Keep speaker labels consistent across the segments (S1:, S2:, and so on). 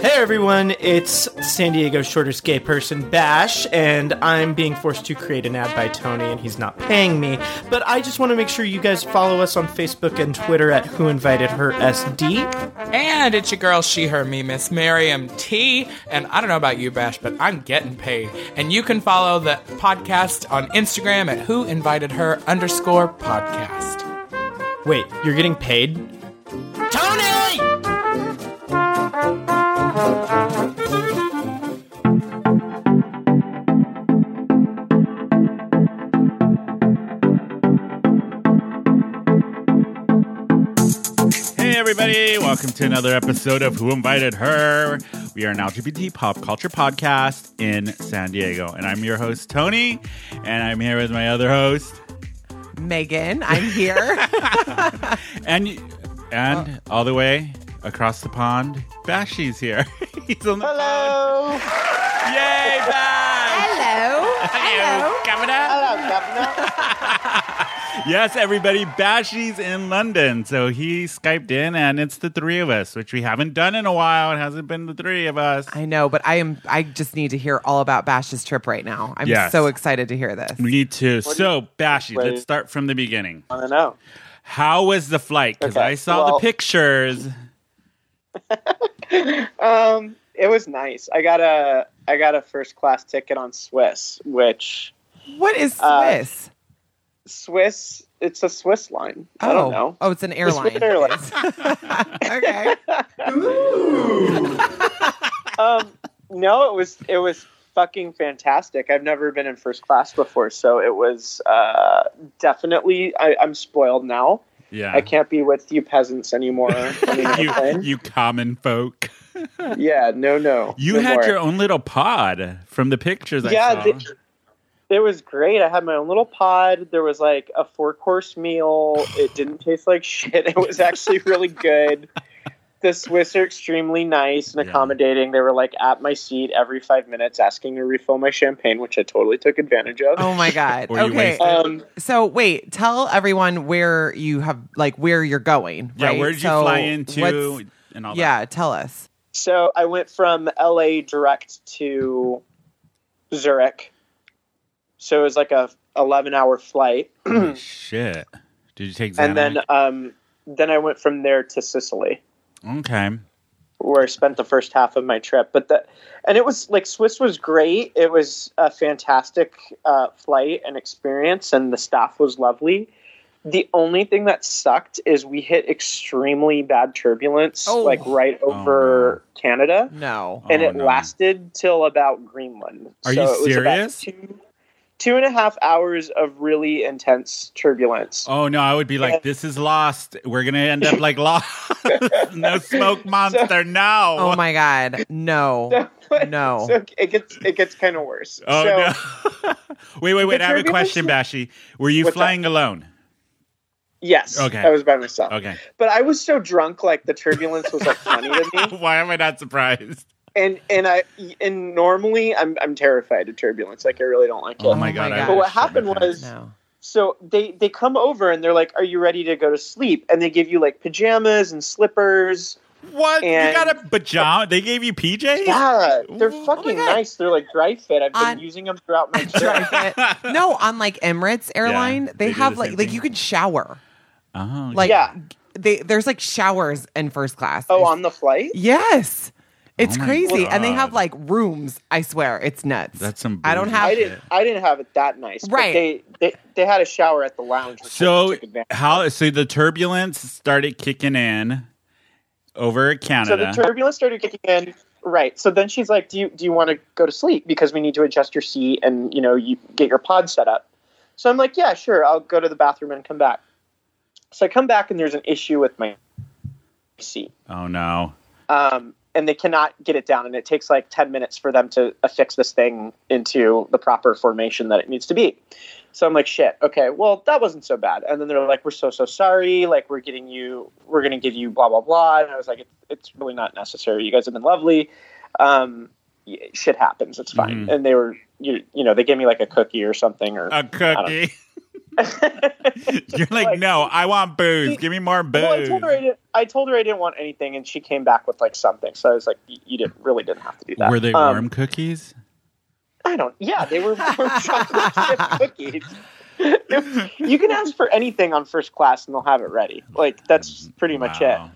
S1: Hey everyone, it's San Diego's shortest gay person, Bash, and I'm being forced to create an ad by Tony, and he's not paying me. But I just want to make sure you guys follow us on Facebook and Twitter at Who Invited Her SD.
S2: And it's your girl, she, her, me, Miss Miriam T. And I don't know about you, Bash, but I'm getting paid. And you can follow the podcast on Instagram at Who Invited Her underscore podcast.
S1: Wait, you're getting paid? Tony!
S3: Hey, everybody, welcome to another episode of Who Invited Her. We are an LGBT pop culture podcast in San Diego, and I'm your host, Tony, and I'm here with my other host,
S4: Megan, I'm here.
S3: and and all the way across the pond, Bashy's here. He's on the Hello! Pond. Yay, Bash!
S4: Hello.
S3: Governor.
S4: Hello.
S3: Yes, everybody, Bashy's in London. So he Skyped in, and it's the three of us, which we haven't done in a while. It hasn't been the three of us.
S4: I know, but I am I just need to hear all about Bash's trip right now. I'm
S3: Yes.
S4: so excited to hear this.
S3: We need to. So, Bashy,
S5: Wait.
S3: let's start from the beginning.
S5: I don't know.
S3: How was the flight? Because
S5: Okay,
S3: I saw
S5: well-
S3: the pictures.
S5: Um, it was nice. I got a I got a first class ticket on Swiss, which
S4: What is
S5: Uh,
S4: Swiss?
S5: Swiss it's a Swiss line. I don't know.
S4: Oh, it's an
S5: It's
S4: airline.
S5: Swiss Airlines.
S4: okay.
S5: um, no, it was it was fucking fantastic. I've never been in first class before, so it was uh, definitely. I, I'm spoiled now.
S3: Yeah.
S5: I can't be with you peasants anymore. on the
S3: you,
S5: airplane.
S3: you common folk.
S5: yeah, no, no.
S3: You
S5: no
S3: had
S5: more.
S3: your own little pod from the pictures I
S5: yeah,
S3: saw.
S5: th- it was great. I had my own little pod. There was like a four course meal. It didn't taste like shit. It was actually really good. The Swiss are extremely nice and
S3: Yeah.
S5: accommodating. They were like at my seat every five minutes asking to refill my champagne, which I totally took advantage of.
S4: Oh my god.
S3: Or you
S4: okay.
S3: wasted.
S5: Um,
S4: So wait, tell everyone where you have like where you're going.
S3: yeah,
S4: right?
S3: where'd you
S4: So
S3: fly
S4: what's-
S3: into? And all
S4: Yeah, tell us.
S5: so I went from LA direct to Zurich. So it was like a 11 hour flight.
S3: that. Holy Shit. Did you take Xanax?
S5: And then um, then I went from there to Sicily.
S3: okay.
S5: where I spent the first half of my trip. But the and it was like Swiss was great. It was a fantastic uh, flight and experience, and the staff was lovely. The only thing that sucked is we hit extremely bad turbulence,
S4: Oh.
S5: like right over Canada,
S4: No.
S5: and
S3: Oh,
S5: it
S3: no.
S5: lasted till about Greenland.
S3: Are
S5: so
S3: you
S5: it was about
S3: serious?
S5: two, two and a half hours of really intense turbulence.
S3: Oh no, I would be like, this is lost. We're gonna end up like lost. no smoke monster. no.
S4: Oh my god. No. No.
S5: So it gets it gets kind of worse.
S3: Oh,
S5: so,
S3: no. wait, wait, wait. I have a
S5: turbulence-
S3: question, Bashy. Were you
S5: What's that?
S3: flying alone?
S5: Yes,
S3: Okay.
S5: I was by myself.
S3: Okay.
S5: but I was so drunk, like the turbulence was like funny to me,
S3: Why am I not surprised?
S5: and and I and normally I'm I'm terrified of turbulence, like I really don't like it.
S3: Oh
S4: my
S3: my god! I
S4: God.
S5: but
S3: would've
S5: what
S3: shit my
S5: happened
S3: pants.
S5: was,
S4: No.
S5: so they they come over and they're like, "Are you ready to go to sleep?" And they give you like pajamas and slippers.
S3: What?
S5: And-
S3: you got a pajama? They gave you PJs?
S5: Yeah, they're
S3: Oh my
S5: fucking
S3: God.
S5: nice. They're like dry fit. I've been
S4: On-
S5: using them throughout my trip.
S4: Drive it. No, on like Emirates airline,
S3: Yeah,
S4: they,
S3: they do
S4: have
S3: the
S4: like
S3: same
S4: like
S3: thing.
S4: you can shower.
S3: Oh,
S4: Like
S5: Yeah.
S4: they there's like showers in first class.
S5: oh, on the flight.
S4: Yes. It's
S3: Oh my
S4: crazy. And they
S3: God.
S4: have like rooms, I swear. It's nuts.
S3: that's some.
S4: I don't
S3: bullshit.
S4: have-
S5: I didn't. I didn't have it that nice. but
S4: Right.
S5: they, they they had a shower at the lounge. which I
S3: So
S5: took advantage
S3: how? So the turbulence started kicking in over
S5: so the
S3: Canada.
S5: turbulence started kicking in right so then she's like do you do you want to go to sleep because we need to adjust your seat and you know you get your pod set up so i'm like yeah sure i'll go to the bathroom and come back so i come back and there's an issue with my seat
S3: oh no!
S5: um, and they cannot get it down and it takes like 10 minutes for them to affix this thing into the proper formation that it needs to be so i'm like shit okay well that wasn't so bad and then they're like we're so so sorry like we're getting you we're going to give you blah blah blah and i was like it, it's really not necessary you guys have been lovely um, y- shit happens it's fine
S3: Mhm.
S5: and they were you, you know they gave me like a cookie or something or
S3: A cookie. Uh, You're like,
S5: Like-
S3: no, I want booze. Give me more booze.
S5: Well, I told her I didn't. I told her I didn't want anything, and she came back with like something. So I was like, "You you didn't really didn't have to do that."
S3: Were they
S5: Um,
S3: worm cookies?
S5: I don't. Yeah, they were warm chocolate chip cookies. you can ask for anything on first class, and they'll have it ready. Like that's pretty much it
S3: Wow.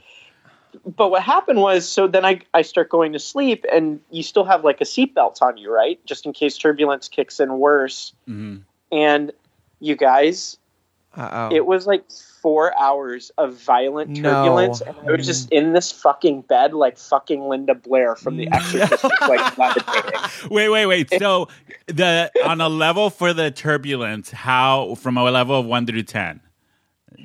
S5: but what happened was so then I, I start going to sleep and you still have like a seatbelt on you right just in case turbulence kicks in worse
S3: Mhm.
S5: and you guys
S4: Uh
S5: it
S4: oh.
S5: was like four hours of violent
S4: No.
S5: turbulence and i was just in this fucking bed like fucking linda blair from
S3: Mm.
S5: the exorcist like levitating
S3: Wait, wait, wait. So the on a level for the turbulence, how from a level of one through ten,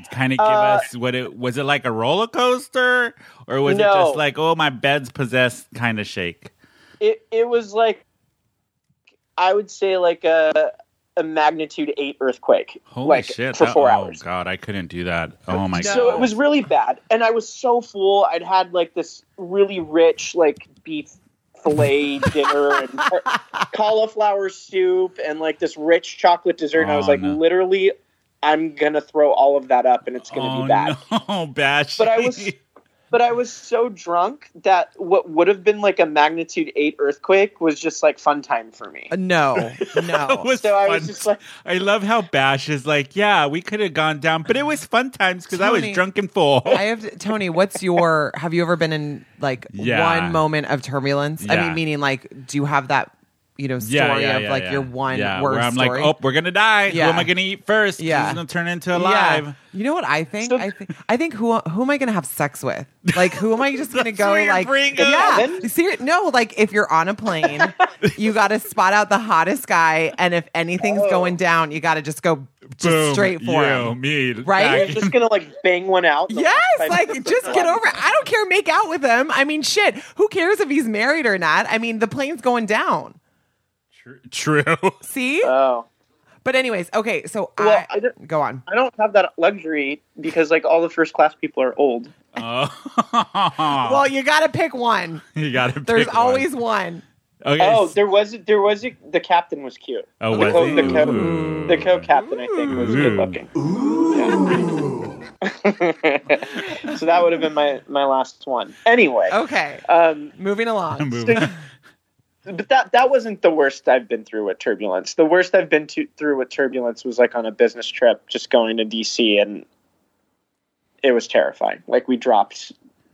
S3: kind of give
S5: Uh,
S3: us what it was. It like a roller coaster, or was it
S5: No.
S3: just like oh my bed's possessed kind of shake?
S5: it it was like i would say like a a magnitude 8 earthquake
S3: Holy
S5: like
S3: shit!
S5: for
S3: that-
S5: four
S3: oh
S5: hours
S3: god, I couldn't do that. Oh my god.
S5: so it was really bad and i was so full i'd had like this really rich like beef fillet dinner and ca- cauliflower soup and like this rich chocolate dessert and i was
S3: Oh,
S5: like
S3: no.
S5: literally i'm gonna throw all of that up and it's gonna
S3: oh,
S5: be bad
S3: No, bash.
S5: but i was but i was so drunk that what would have been like a magnitude 8 earthquake was just like fun time for me
S4: No,
S3: That
S4: no.
S3: was
S5: so i was
S3: fun.
S5: just like
S3: I love how Bash is like, yeah, we could have gone down, but it was fun times because I was
S4: Tony,
S3: drunk and full.
S4: I have to- Tony. What's your? Have you ever been in like
S3: Yeah.
S4: one moment of turbulence? I
S3: Yeah.
S4: mean, meaning like, do you have that? You know, story of like your one
S3: Yeah,
S4: word
S3: where I'm
S4: story.
S3: like, oh, we're gonna die.
S4: Yeah.
S3: Who am I gonna eat first?
S4: Yeah.
S3: Yeah, gonna turn into alive.
S4: Yeah. You know what I think?
S5: So-
S4: I think I think who who am I gonna have sex with? Like who am I just gonna
S3: That's
S4: go
S3: where you're
S4: like
S3: bringing
S4: yeah?
S5: it.
S4: Ser- no, like if you're on a plane, you gotta spot out the hottest guy, and if anything's
S5: Oh.
S4: going down, you gotta just go just
S3: Boom,
S4: straight for
S3: you,
S4: him.
S3: me,
S5: you're
S4: Right?
S3: back.
S5: just gonna like bang one out the
S4: Yes,
S5: last
S4: like
S5: time.
S4: just get over it. I don't care. Make out with him. I mean, shit. Who cares if he's married or not? I mean, the plane's going down.
S3: True.
S4: See.
S5: oh
S4: but anyways, okay. So
S5: Well,
S4: I,
S5: I don't-
S4: go on.
S5: I don't have that luxury because like all the first class people are old.
S3: oh,
S4: Well, you gotta pick one.
S3: you gotta. Pick
S4: There's
S3: one.
S4: always one.
S3: Okay,
S5: Oh,
S3: s-
S5: there was there was a, the captain was cute.
S3: oh,
S5: the
S3: was
S5: co
S3: it?
S5: the co
S3: Ooh.
S5: the co captain I think was
S3: Ooh.
S5: good looking. Yeah. so that would have been my my last one. Anyway,
S4: Okay,
S5: um,
S4: moving along.
S3: Boom.
S5: but that that wasn't the worst I've been through with turbulence. The worst I've been to, through with turbulence was like on a business trip, just going to DC, and it was terrifying. Like we dropped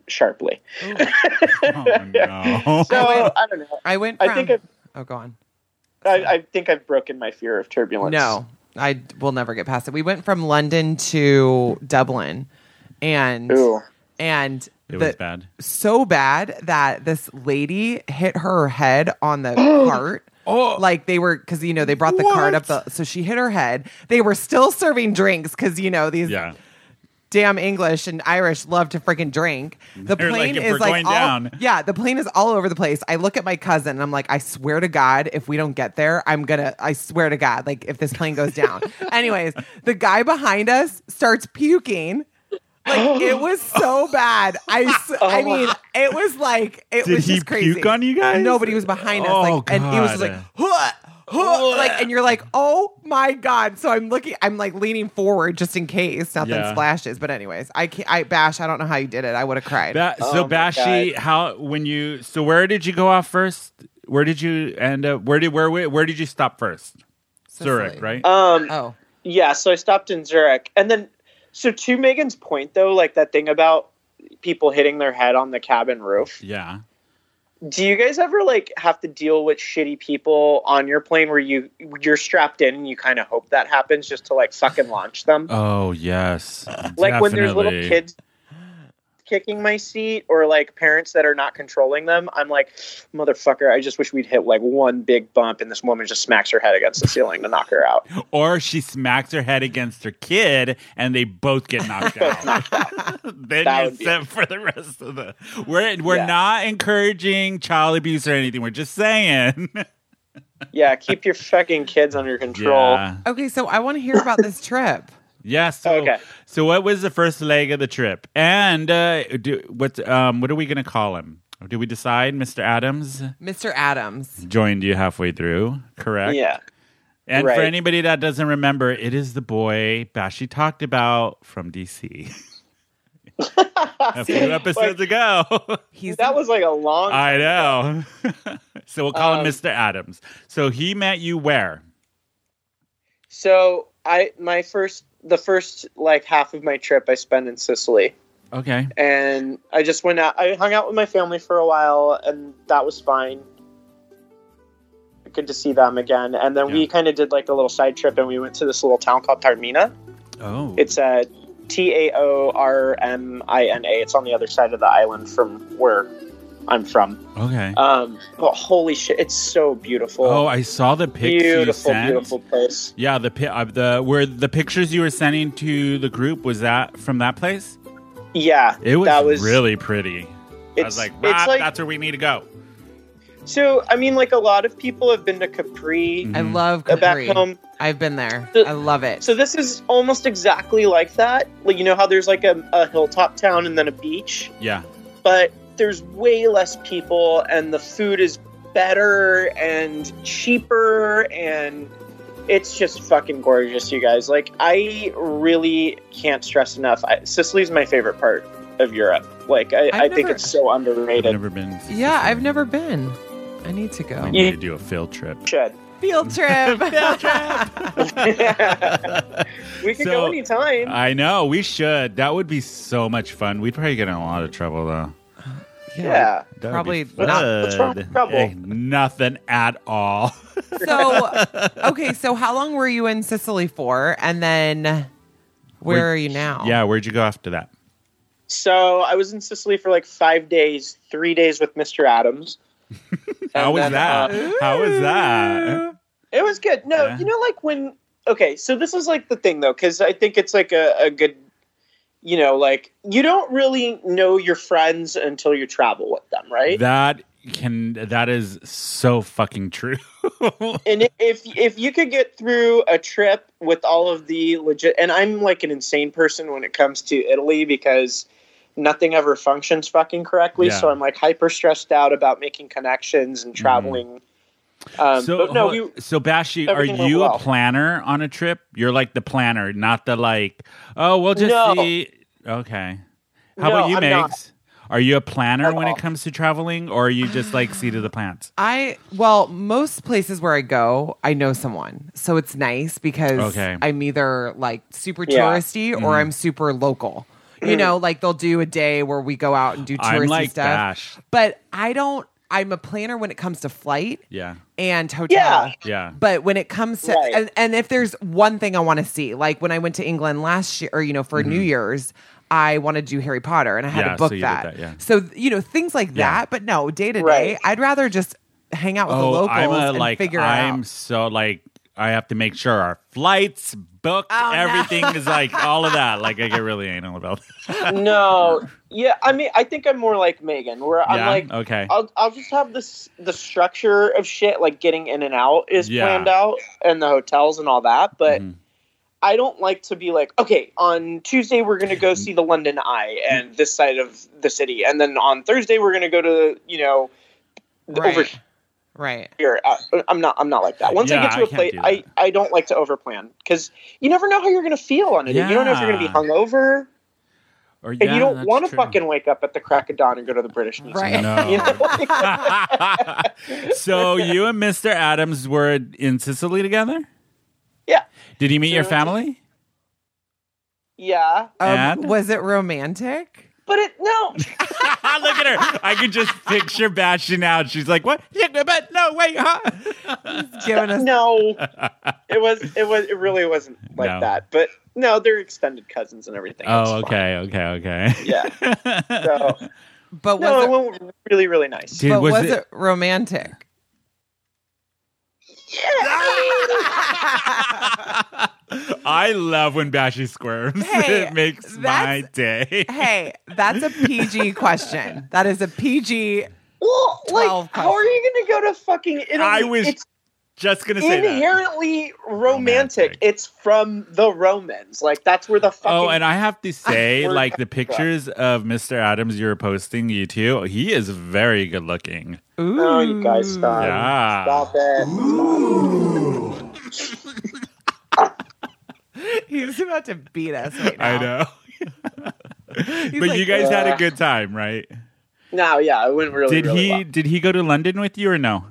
S5: sharply.
S3: Oh, no.
S5: So
S4: went-
S5: I don't know.
S4: I went. From,
S5: I think I've
S4: Oh, go on.
S5: I, I think I've broken my fear of turbulence.
S4: No, I will never get past it. We went from London to Dublin, and
S5: Ooh.
S4: and
S3: It
S4: the-
S3: was bad.
S4: so bad that this lady hit her head on the cart.
S2: Oh.
S4: like they were because you know they brought the cart up the so she hit her head. They were still serving drinks because you know these
S3: Yeah.
S4: damn English and Irish love to freaking drink. The
S3: They're like,
S4: plane
S3: "If
S4: is
S3: we're
S4: like
S3: going
S4: all,
S3: down."
S4: yeah, the plane is all over the place. I look at my cousin and I'm like, I swear to God, if we don't get there, I'm gonna. I swear to God, like if this plane goes down. Anyways, the guy behind us starts puking. Like it was so bad. I, s- I mean, it was like it
S3: Oh Did
S4: was
S3: he
S4: just crazy.
S3: puke on you guys?
S4: No, but he was behind us,
S3: Oh,
S4: like, and he was just
S3: God.
S4: like, huh, huh, like, and you're like, oh my god. So I'm looking, I'm like leaning forward just in case nothing
S3: Yeah.
S4: splashes. But anyways, I can't, I bash. I don't know how you did it. I would have cried.
S3: Ba- so
S5: Oh my
S3: Bashi, how when you so where did you go off first? Where did you end up? Where did where where did you stop first? Zurich,
S4: Sicily.
S3: right?
S5: Um,
S4: Oh,
S5: yeah, so I stopped in Zurich. And then, so to Megan's point, though, like that thing about people hitting their head on the cabin roof,
S3: yeah.
S5: do you guys ever like have to deal with shitty people on your plane where you, you're strapped in and you kind of hope that happens just to like fucking launch them?
S3: Oh yes.
S5: like when there's little
S3: Definitely.
S5: kids kicking my seat or like parents that are not controlling them i'm like motherfucker i just wish we'd hit like one big bump and this woman just smacks her head against the ceiling to knock her out
S3: Or she smacks her head against her kid and they both get knocked out. then
S5: That
S3: you're
S5: would be-
S3: set for the rest of the We're we're
S5: Yeah.
S3: not encouraging child abuse or anything. We're just saying.
S5: yeah keep your fucking kids under control
S3: Yeah.
S4: okay. So I want to hear about this trip.
S3: Yeah. So,
S5: Okay.
S3: so what was the first leg of the trip? And uh, do, what um, what are we going to call him? Did we decide Mr. Adams
S4: Mr. Adams.
S3: joined you halfway through? Correct.
S5: yeah
S3: And
S5: Right.
S3: for anybody that doesn't remember, it is the boy Bashi talked about from DC a few episodes ago.
S4: He's
S5: That was like a long.
S3: I know. so we'll call him
S5: Um,
S3: Mr. Adams. So he met you where?
S5: so I my first the first like half of my trip I spent in Sicily,
S3: Okay.
S5: and I just went out. I hung out with my family for a while, and that was fine. Good to see them again, and then we
S3: Yeah.
S5: kind of did like a little side trip, and we went to this little town called Tarmina.
S3: Oh.
S5: It's a T A O R M I N A. It's on the other side of the island from where I'm from.
S3: okay.
S5: Um, but holy shit, it's so beautiful.
S3: oh, uh, I saw the pics you
S5: beautiful,
S3: sent.
S5: beautiful place.
S3: Yeah, the pi- uh, the were the pictures you were sending to the group was that from that place?
S5: Yeah,
S3: It was,
S5: that was
S3: really pretty. I
S5: It's,
S3: was like,
S5: it's
S3: "Rob,
S5: like
S3: that's where we need to go.
S5: so. I mean, like a lot of people have been to Capri
S3: Mm,
S4: I love
S5: uh, back
S4: Capri.
S5: home.
S4: I've been there.
S5: So-
S4: I love it.
S5: So this is almost exactly like that. Like you know how there's like a, a hilltop town and then a beach,
S3: Yeah.
S5: but there's way less people and the food is better and cheaper and it's just fucking gorgeous, you guys. Like I really can't stress enough. I, Sicily's my favorite part of Europe. Like I, I think
S4: never-
S5: it's so
S3: I've
S5: underrated.
S3: never been. to
S4: yeah,
S3: Sicily.
S4: I've never been. I need to go.
S3: I
S5: Yeah.
S3: need to do a field trip.
S5: Should.
S4: Field trip. Field trip.
S5: we could
S3: So,
S5: go anytime.
S3: I know we should. That would be so much fun. We'd probably get in a lot of trouble though.
S5: yeah.
S3: That would be
S4: Probably
S3: fun.
S4: not-
S5: What's wrong with trouble?
S3: Hey, nothing at all.
S4: so okay, so how long were you in Sicily for? And then where
S3: Where-
S4: are you now?
S3: yeah, where'd you go after that?
S5: So I was in Sicily for like five days, three days with Mr. Adams.
S3: How
S5: And
S3: was
S5: then,
S3: that?
S5: uh,
S3: How was that?
S5: it was good. No,
S3: Yeah.
S5: you know, like when. Okay, so this is like the thing though, because I think it's like a, a good. You know, like you don't really know your friends until you travel with them, right?
S3: That can that is so fucking true.
S5: and if if you could get through a trip with all of the legit and i'm like an insane person when it comes to italy because nothing ever functions fucking correctly
S3: Yeah. Mm-hmm.
S5: so i'm like hyper stressed out about making connections and traveling um,
S3: so
S5: but no
S3: hold-
S5: we,
S3: so Bashi, are
S5: everything went
S3: you a
S5: well.
S3: planner on a trip? You're like the planner, not the like. Oh, we'll just
S5: No.
S3: see. Okay. How
S5: No,
S3: about you,
S5: I'm not.
S3: Megs? Are you a planner
S5: At
S3: when
S5: all.
S3: it comes to traveling, or are you just like seat of the plants?
S4: I well, most places where I go, I know someone. So it's nice because
S3: Okay. Mm-hmm.
S4: I'm either like super
S5: Yeah.
S4: touristy or I'm super local. You know, like they'll do a day where we go out and do touristy
S3: I'm like
S4: stuff.
S3: Bash.
S4: But I don't I'm a planner when it comes to flight
S3: Yeah.
S4: and hotel.
S5: yeah
S3: Yeah.
S4: But when it comes to
S5: Right.
S4: and, and if there's one thing I want to see, like when I went to England last year, or you know, for New Year's, I wanted to do Harry Potter and I had
S3: Mm-hmm. Yeah, so
S4: to book
S3: you did
S4: that.
S3: that, yeah.
S4: So th- you know, things like
S3: Yeah.
S4: that. But no, day to day,
S5: Right.
S4: I'd rather just hang out with the
S3: Oh,
S4: locals
S3: I'm a
S4: and
S3: like.
S4: figure it
S3: I'm
S4: out.
S3: so like. I have to make sure our flights booked.
S4: Oh, no.
S3: everything is like all of that. Like I get really anal about. That.
S5: no yeah i mean i think i'm more like megan where i'm
S3: yeah.
S5: like uh,
S3: okay.
S5: I'll, I'll just have this the structure of shit like getting in and out is
S3: Yeah.
S5: planned out and the hotels and all that but
S3: Mhm.
S5: i don't like to be like okay on tuesday we're going to go see the london eye and this side of the city and then on thursday we're going to go to you know th-
S4: right.
S5: over
S4: right.
S5: here I, i'm not i'm not like that once
S3: Yeah,
S5: i get
S3: I
S5: to a
S3: can't
S5: place
S3: do
S5: I, I don't like to overplan because you never know how you're going to feel on it you don't know if you're going to
S3: Yeah.
S5: be hungover
S3: Or,
S5: and you don't
S3: that's
S5: want to
S3: true.
S5: fucking wake up at the crack of dawn and go to the british museum
S4: Right.
S3: No.
S5: you know like,
S3: so you and Mr. Adams were in Sicily together?
S5: Yeah.
S3: Did he meet your
S5: So-
S3: family?
S5: yeah
S4: Um,
S3: And?
S4: was it romantic?
S5: but it no
S3: Look at her. I could just picture Bastion out. She's like, what? Yeah, but no, wait, huh?
S4: Giving us
S5: no it was it was it really wasn't like
S3: No.
S5: that but no they're extended cousins and everything It's
S3: Oh,
S5: fine.
S3: okay, okay, okay.
S5: yeah so
S4: but was
S5: no
S4: it
S5: it went really really nice
S3: Did-
S4: but
S3: was
S4: was,
S3: it-
S4: it, romantic?
S3: Ah! I love when Bashy squirms.
S4: Hey,
S3: it makes my
S4: that's-
S3: day.
S4: Hey, that's a PG question. That is a PG.
S5: well like
S4: 12
S5: how are you gonna go to fucking Italy?
S3: I was
S5: it's
S3: Just gonna say that.
S5: inherently
S3: Romantic.
S5: romantic it's from the romans like that's where the fucking
S3: Oh, and I have to say,
S5: Word
S3: like the
S5: extra.
S3: pictures of Mr. Adams you're posting, you two, he is very good looking.
S4: Ooh.
S5: oh you guys stop
S3: Yeah.
S5: stop it
S4: He's about to beat us right now.
S3: I know.
S4: He's
S3: but
S4: like,
S3: you guys had a
S5: "Ugh."
S3: good time, right?
S5: No, yeah, it went really.
S3: did
S5: really
S3: he
S5: well.
S3: did he go to London with you or no?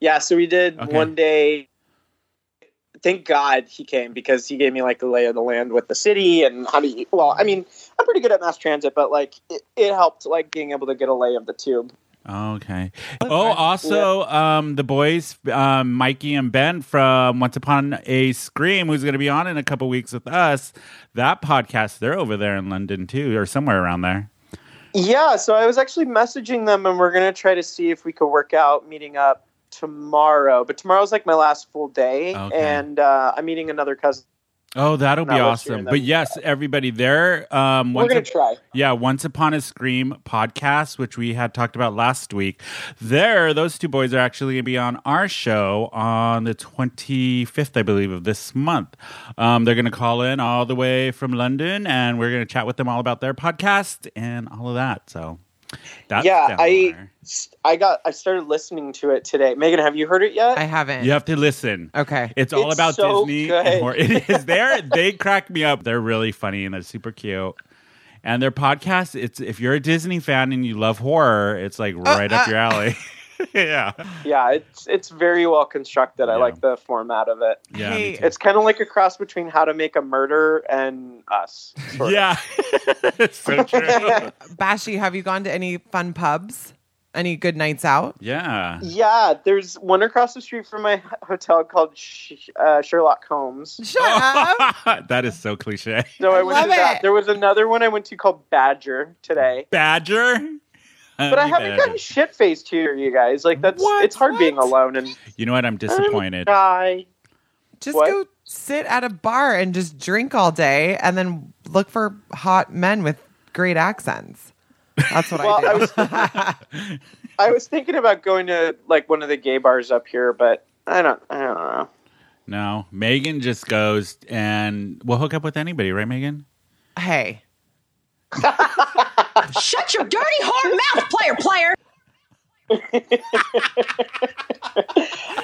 S5: Yeah, so we did
S3: Okay.
S5: one day. Thank God he came because he gave me like the lay of the land with the city and how do you? Well, I mean, I'm pretty good at mass transit, but like it, it helped like being able to get a lay of the tube.
S3: Okay. Oh, also, um, the boys, um, Mikey and Ben from Once Upon a Scream, who's going to be on in a couple weeks with us. That podcast, they're over there in London too, or somewhere around there.
S5: Yeah, so I was actually messaging them, and we're gonna try to see if we could work out meeting up tomorrow. But tomorrow's like my last full day,
S3: Okay.
S5: and uh, I'm meeting another cousin.
S3: Oh, that'll be
S5: Not let's hear
S3: awesome.
S5: them.
S3: But yes, everybody, there. Um,
S5: We're
S3: once
S5: gonna
S3: up-
S5: try.
S3: Yeah, Once Upon a Scream podcast, which we had talked about last week. There, those two boys are actually going to be on our show on the 25th, I believe, of this month. Um, they're going to call in all the way from London, and we're going to chat with them all about their podcast and all of that. So that's
S5: yeah,
S3: down
S5: I
S3: there.
S5: I got I started listening to it today. Megan, have you heard it yet?
S4: I haven't.
S3: You have to listen.
S4: Okay.
S3: It's all
S5: It's
S3: about
S5: so
S3: Disney.
S5: good.
S3: and more. It is there. They crack me up. They're really funny and they're super cute. And their podcast, it's if you're a Disney fan and you love horror, it's like
S5: Uh,
S3: right up your alley. yeah.
S5: yeah, it's it's very well constructed. I
S3: Yeah.
S5: like the format of it.
S3: Yeah. me
S4: Hey,
S3: too.
S5: It's kind of like a cross between How to Make a Murder and Us. sort of.
S3: yeah. it's so true.
S4: Bashi, have you gone to any fun pubs? Any good nights out?
S3: Yeah.
S5: Yeah, there's one across the street from my h- hotel called Sh- uh, Sherlock Holmes.
S4: Shut
S3: Oh,
S4: up.
S3: that is so cliche.
S5: So I, went
S4: love
S5: to that.
S4: it.
S5: There was another one I went to called Badger today.
S3: Badger.
S5: But I haven't gotten shit faced here, you guys. Like that's
S4: Oh, What?
S5: it's hard being
S4: What?
S5: alone and
S3: You know what? I'm disappointed.
S5: Hi.
S4: Just
S5: What?
S4: go sit at a bar and just drink all day and then look for hot men with great accents. That's what
S5: Well,
S4: I
S5: I
S4: do.
S5: was I was thinking about going to like one of the gay bars up here, but I don't I don't know.
S3: No. Megan just goes and we'll hook up with anybody, right, Megan?
S4: hey.
S6: Shut your dirty whore mouth, player, player.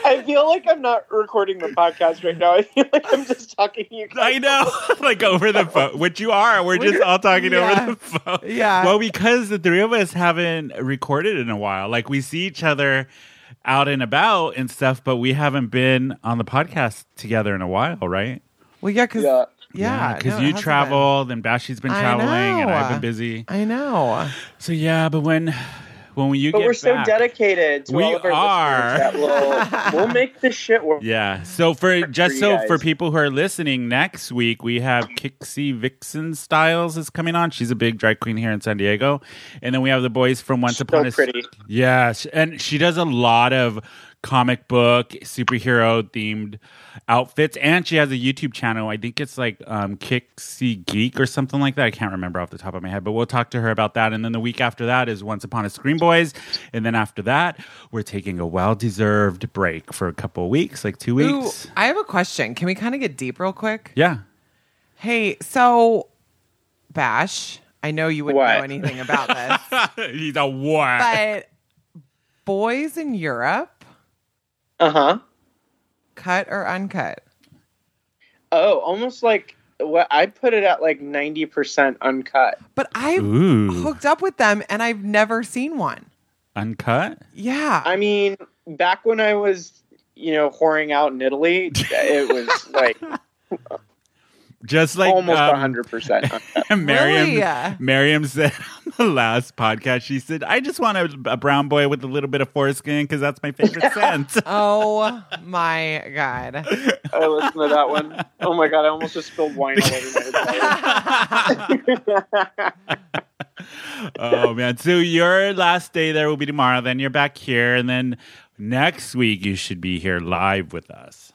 S5: I feel like I'm not recording the podcast right now. I feel like I'm just talking to you guys.
S3: I know, like over the phone, which you are. We're just all talking
S4: Yeah.
S3: over the phone.
S4: Yeah.
S3: Well, because the three of us haven't recorded in a while. Like we see each other out and about and stuff, but we haven't been on the podcast together in a while, right?
S4: Well, yeah, because yeah,
S5: Yeah.
S3: because
S4: no, it
S3: you
S4: hasn't
S3: travel, then Bashi's been
S4: I
S3: traveling, and
S4: know.
S3: I've been busy.
S4: been. I know.
S3: So yeah, but when when you
S5: But
S3: get
S5: we're so
S3: back-
S5: dedicated to
S3: We
S5: all of our
S3: are.
S5: listeners that we'll, we'll make this shit work.
S3: Yeah. So for just
S5: you
S3: so
S5: guys.
S3: for people who are listening, next week we have Kixie Vixen Styles is coming on. She's a big drag queen here in San Diego, and then we have the boys from Once Upon a
S5: pretty.
S3: Yeah, sh- and she does a lot of comic book superhero themed outfits, and she has a YouTube channel. I think it's like um, Kixie Geek or something like that. I can't remember off the top of my head, but we'll talk to her about that. And then the week after that is Once Upon a Screen Boys, and then after that we're taking a well deserved break for a couple of weeks, like two
S4: Ooh,
S3: weeks.
S4: I have a question. Can we kind of get deep real quick?
S3: Yeah.
S4: Hey, so Bash, I know you wouldn't
S5: What?
S4: know anything about this,
S3: He's a what?
S4: but boys in Europe,
S5: Uh huh.
S4: cut or uncut?
S5: Oh, almost like what I put it at like ninety percent uncut.
S4: But I've
S3: Ooh.
S4: hooked up with them and I've never seen one.
S3: Uncut?
S4: Yeah.
S5: I mean, back when I was, you know, whoring out in Italy, it was like
S3: Just like
S5: almost
S3: um,
S5: hundred percent.
S3: And Miriam,
S4: Really? Yeah.
S3: Miriam said on the last podcast, she said, I just want a, a brown boy with a little bit of foreskin because that's my favorite scent.
S4: oh my God. Oh
S5: I listened to that one. Oh my god, I almost just spilled wine all over my
S3: oh, man. So your last day there will be tomorrow. Then you're back here. And then next week, you should be here live with us.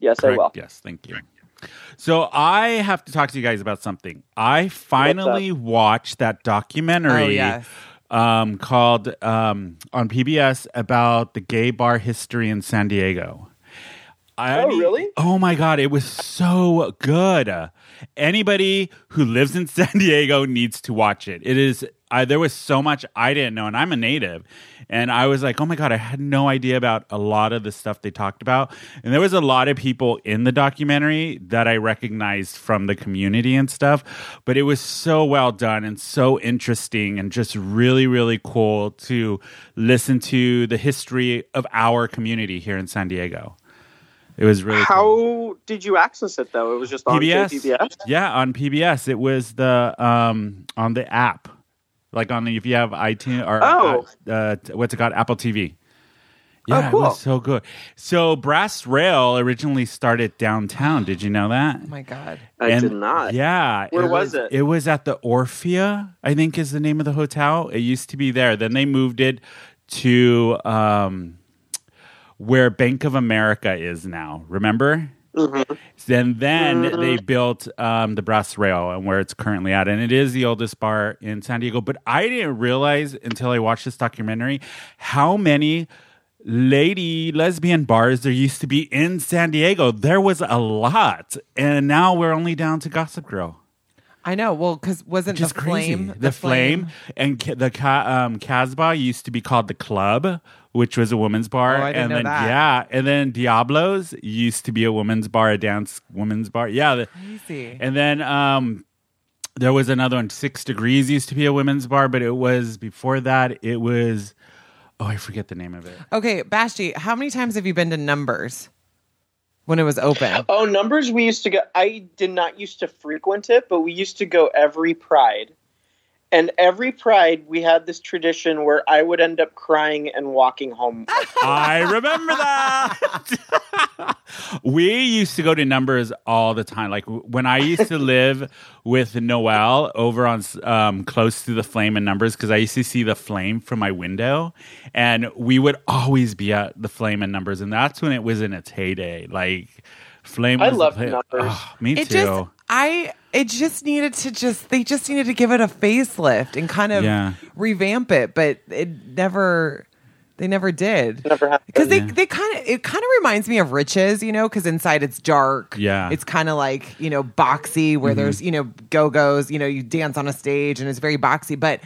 S5: Yes, I will.
S3: Yes, thank you. So I have to talk to you guys about something. I finally watched that documentary
S4: Oh, yes.
S3: um, called um, on PBS about the gay bar history in San Diego. I
S5: Oh, really?
S3: Oh my god, it was so good. Anybody who lives in San Diego needs to watch it. It is I there was so much I didn't know, and I'm a native, And I was like, oh my God, I had no idea about a lot of the stuff they talked about. And there was a lot of people in the documentary that I recognized from the community and stuff. But it was so well done and so interesting and just really, really cool to listen to the history of our community here in San Diego. It was really cool.
S5: How did you access it though? It was just on
S3: PBS.
S5: PBS.
S3: Yeah, on PBS. It was the um on the app, like on the, if you have iTunes or
S5: Oh.
S3: uh, uh, what's it called, Apple TV. Yeah,
S5: cool.
S3: it was so good. So Brass Rail originally started downtown. Did you know that?
S4: Oh my God.
S5: I
S3: And-
S5: did not.
S3: Yeah.
S5: Where was it?
S3: It was at the Orphea, I think is the name of the hotel. It used to be there. Then they moved it to um, where Bank of America is now. Remember? Then, then
S4: Mm-hmm.
S3: they built um, the Brass Rail and where it's currently at, and it is the oldest bar in San Diego. But I didn't realize until I watched this documentary how many lady lesbian bars there used to be in San Diego. There was a lot, and now we're only down to Gossip Girl.
S4: I know. Well, because wasn't
S3: Just
S4: the
S3: crazy.
S4: flame
S3: The, flame. and ca- the ca- um, Casbah used to be called the Club, which was a women's bar.
S4: Oh, I didn't
S3: and
S4: know
S3: then
S4: that.
S3: yeah, and then Diablos used to be a women's bar, a dance women's bar. Yeah, the-
S4: Crazy.
S3: and then um, there was another one. Six Degrees used to be a women's bar, but it was before that. It was oh, I forget the name of it.
S4: Okay, Bashti, how many times have you been to Numbers when it was open?
S5: Oh, numbers we used to go. I did not used to frequent it, but we used to go every Pride. And every Pride, we had this tradition where I would end up crying and walking home.
S3: I remember that. we used to go to numbers all the time. Like w- when I used to live with Noel over on s- um, close to the flame and numbers, because I used to see the flame from my window, and we would always be at the flame and numbers, and that's when it was in its heyday. Like flame.
S5: I
S3: was the
S5: loved
S3: pla-
S5: Numbers.
S3: Oh, me
S4: It
S3: too.
S4: just I it just needed to just they just needed to give it a facelift and kind of
S3: Yeah.
S4: revamp it, but it never they never did.
S5: Never happened.
S4: Because they, they kind of it kind of reminds me of riches, you know, because inside it's dark.
S3: Yeah. Mm-hmm.
S4: it's kind of like you know boxy, where there's you know go go's, you know, you dance on a stage and it's very boxy. But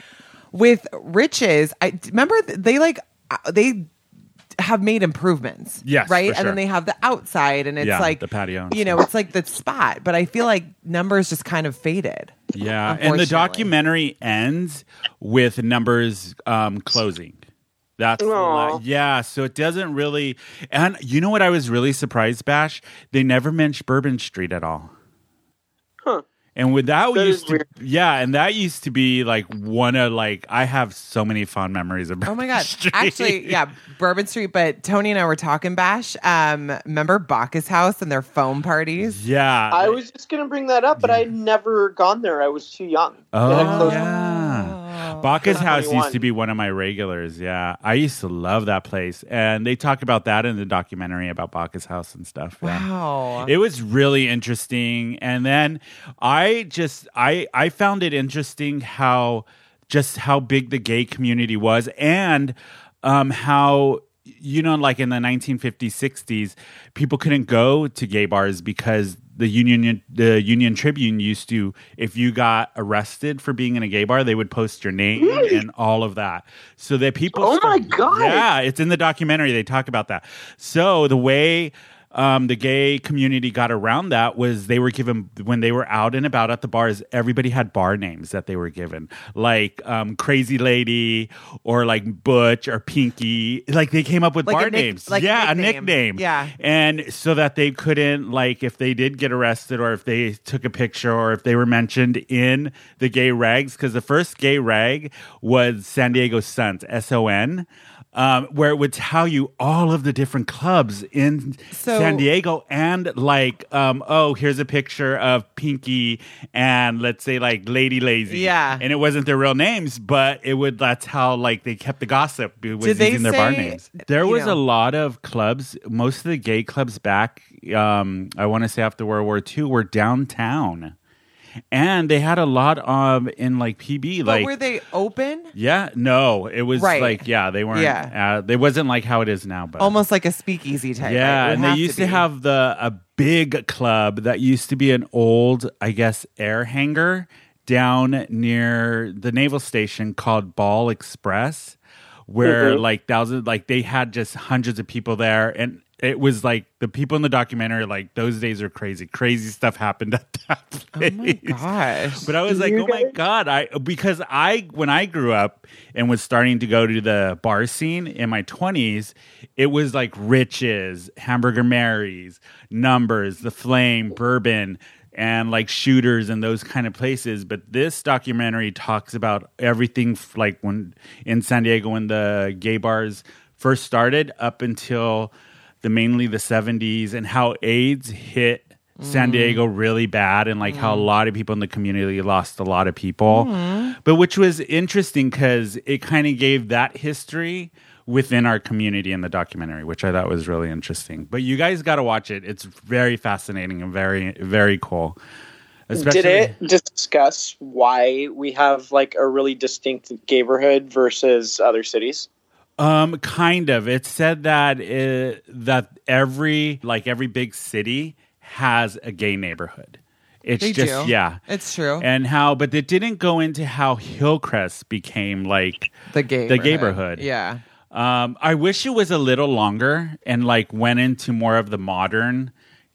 S4: with riches, I remember th- they like uh, they have made improvements.
S3: Yes, for
S4: right, and
S3: sure.
S4: then they have the outside, and it's
S3: Yeah,
S4: like
S3: the patio and
S4: You know, it's like the spot. But I feel like numbers just kind of faded.
S3: Yeah, and the
S4: Unfortunately.
S3: documentary ends with numbers um, closing. That's the
S5: Aw.
S3: la- yeah. So it doesn't really. And you know what? I was really surprised, Bash. They never mentioned Bourbon Street at all.
S5: Huh.
S3: And with that, we
S5: That is
S3: used to
S5: weird.
S3: yeah, and that used to be like one of like I have so many fond memories of.
S4: Oh
S3: Bourbon
S4: my god!
S3: Street.
S4: Actually, yeah, Bourbon Street. But Tony and I were talking bash. Um, remember Bacchus House and their foam parties?
S3: yeah.
S5: I was just going to bring that up, but I had never gone there. I was too young. They had
S3: Oh
S5: closed-
S4: Oh.
S3: yeah. Baca's house used to
S5: 21.
S3: be one of my regulars. Yeah. I used to love that place. And they talk about that in the documentary about Baca's house and stuff. Yeah.
S4: Wow.
S3: It was really interesting. And then I just I I found it interesting how just how big the gay community was and um how you know like in the 1950s 60s people couldn't go to gay bars because the union the union tribune used to if you got arrested for being in a gay bar they would post your name and all of that so that people
S5: Oh my God.
S3: yeah yeah, it's in the documentary. They talk about that. So the way um, the gay community got around that was they were given when they were out and about at the bars. Everybody had bar names that they were given, like um, Crazy Lady or like Butch or Pinky. Like they came up with
S4: Like a
S3: bar
S4: nick-
S3: names,
S4: like a
S3: yeah, a
S4: nickname.
S3: nickname,
S4: Yeah.
S3: and so that they couldn't like if they did get arrested or if they took a picture or if they were mentioned in the gay rags because the first gay rag was san diego suns s-o-n um, where it would tell you all of the different clubs in
S4: So-
S3: san diego and like um, oh here's a picture of pinky and let's say like lady lazy
S4: Yeah.
S3: and it wasn't their real names but it would that's how like they kept the gossip it was
S4: Did they
S3: using their bar
S4: say-
S3: names there
S4: you
S3: was
S4: know.
S3: a lot of clubs. Most of the gay clubs back, um, I want to say after World War II, were downtown, and they had a lot of in like PB.
S4: but
S3: like,
S4: were they open?
S3: yeah, no, it was
S4: Right.
S3: like yeah, they weren't.
S4: Yeah. Oh,
S3: uh, it wasn't like how it is now, but
S4: Almost like a speakeasy type.
S3: yeah,
S4: right? It would
S3: and they
S4: have
S3: used to,
S4: be.
S3: have the a big club that used to be an old, I guess, air hangar down near the naval station called Ball Express, where
S4: Mm-hmm.
S3: like thousands like they had just hundreds of people there and it was like the people in the documentary like those days are crazy crazy stuff happened at that
S4: Oh
S3: place.
S4: Gosh.
S3: But I was like,
S5: you
S3: oh my
S5: guys-
S3: god! I because I when I grew up and was starting to go to the bar scene in my twenties, it was like Riches, Hamburger Mary's, Numbers, The Flame, Bourbon, and like shooters and those kind of places. But this documentary talks about everything f- like when in San Diego when the gay bars first started up until the mainly the 70s and how AIDS hit San Diego really bad and like how a lot of people in the community lost a lot of people. But which was interesting cuz it kind of gave that history within our community in the documentary, which I thought was really interesting. But you guys got to watch it. It's very fascinating and very very cool. Especially
S5: Did it discuss why we have like a really distinct neighborhood versus other cities?
S3: Um, kind of. It said that uh that every like every big city has a gay neighborhood. It's
S4: They
S3: just
S4: do.
S3: yeah,
S4: It's true.
S3: and how, but it didn't go into how Hillcrest became like.
S4: the gay.
S3: the gayborhood.
S4: Yeah.
S3: Um, I wish it was a little longer and like went into more of the modern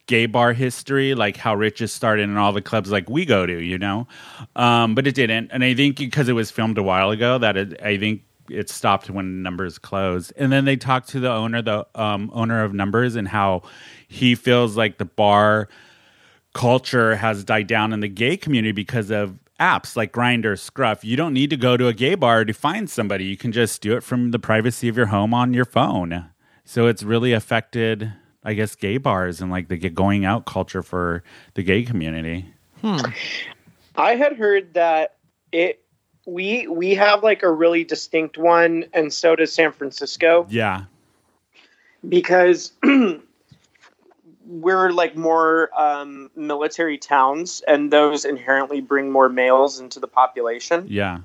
S3: gay bar history, like how Riches started and all the clubs like we go to, you know. Um, but it didn't, and I think because it was filmed a while ago, that it, I think it stopped when Numbers closed. And then they talked to the owner, the um, owner of Numbers, and how he feels like the bar culture has died down in the gay community because of apps like Grinder, Scruff. You don't need to go to a gay bar to find somebody. You can just do it from the privacy of your home on your phone. So it's really affected, I guess, gay bars and like the g- going out culture for the gay community.
S5: I had heard that it we we have like a really distinct one, and so does San Francisco
S3: Yeah.
S5: because we're like more um, military towns, and those inherently bring more males into the population.
S3: Yeah.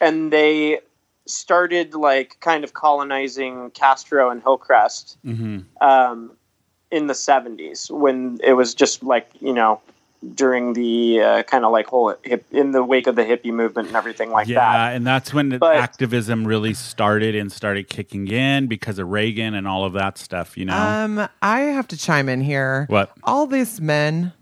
S5: and they started like kind of colonizing Castro and Hillcrest
S3: hmm
S5: um, in the 70s when it was just like you know during the uh, kind of like whole hip, in the wake of the hippie movement and everything like
S3: yeah.
S5: that.
S3: And that's when the
S5: But-
S3: activism really started and started kicking in because of Reagan and all of that stuff, you know?
S4: Um, I have to chime in here.
S3: What?
S4: All these men,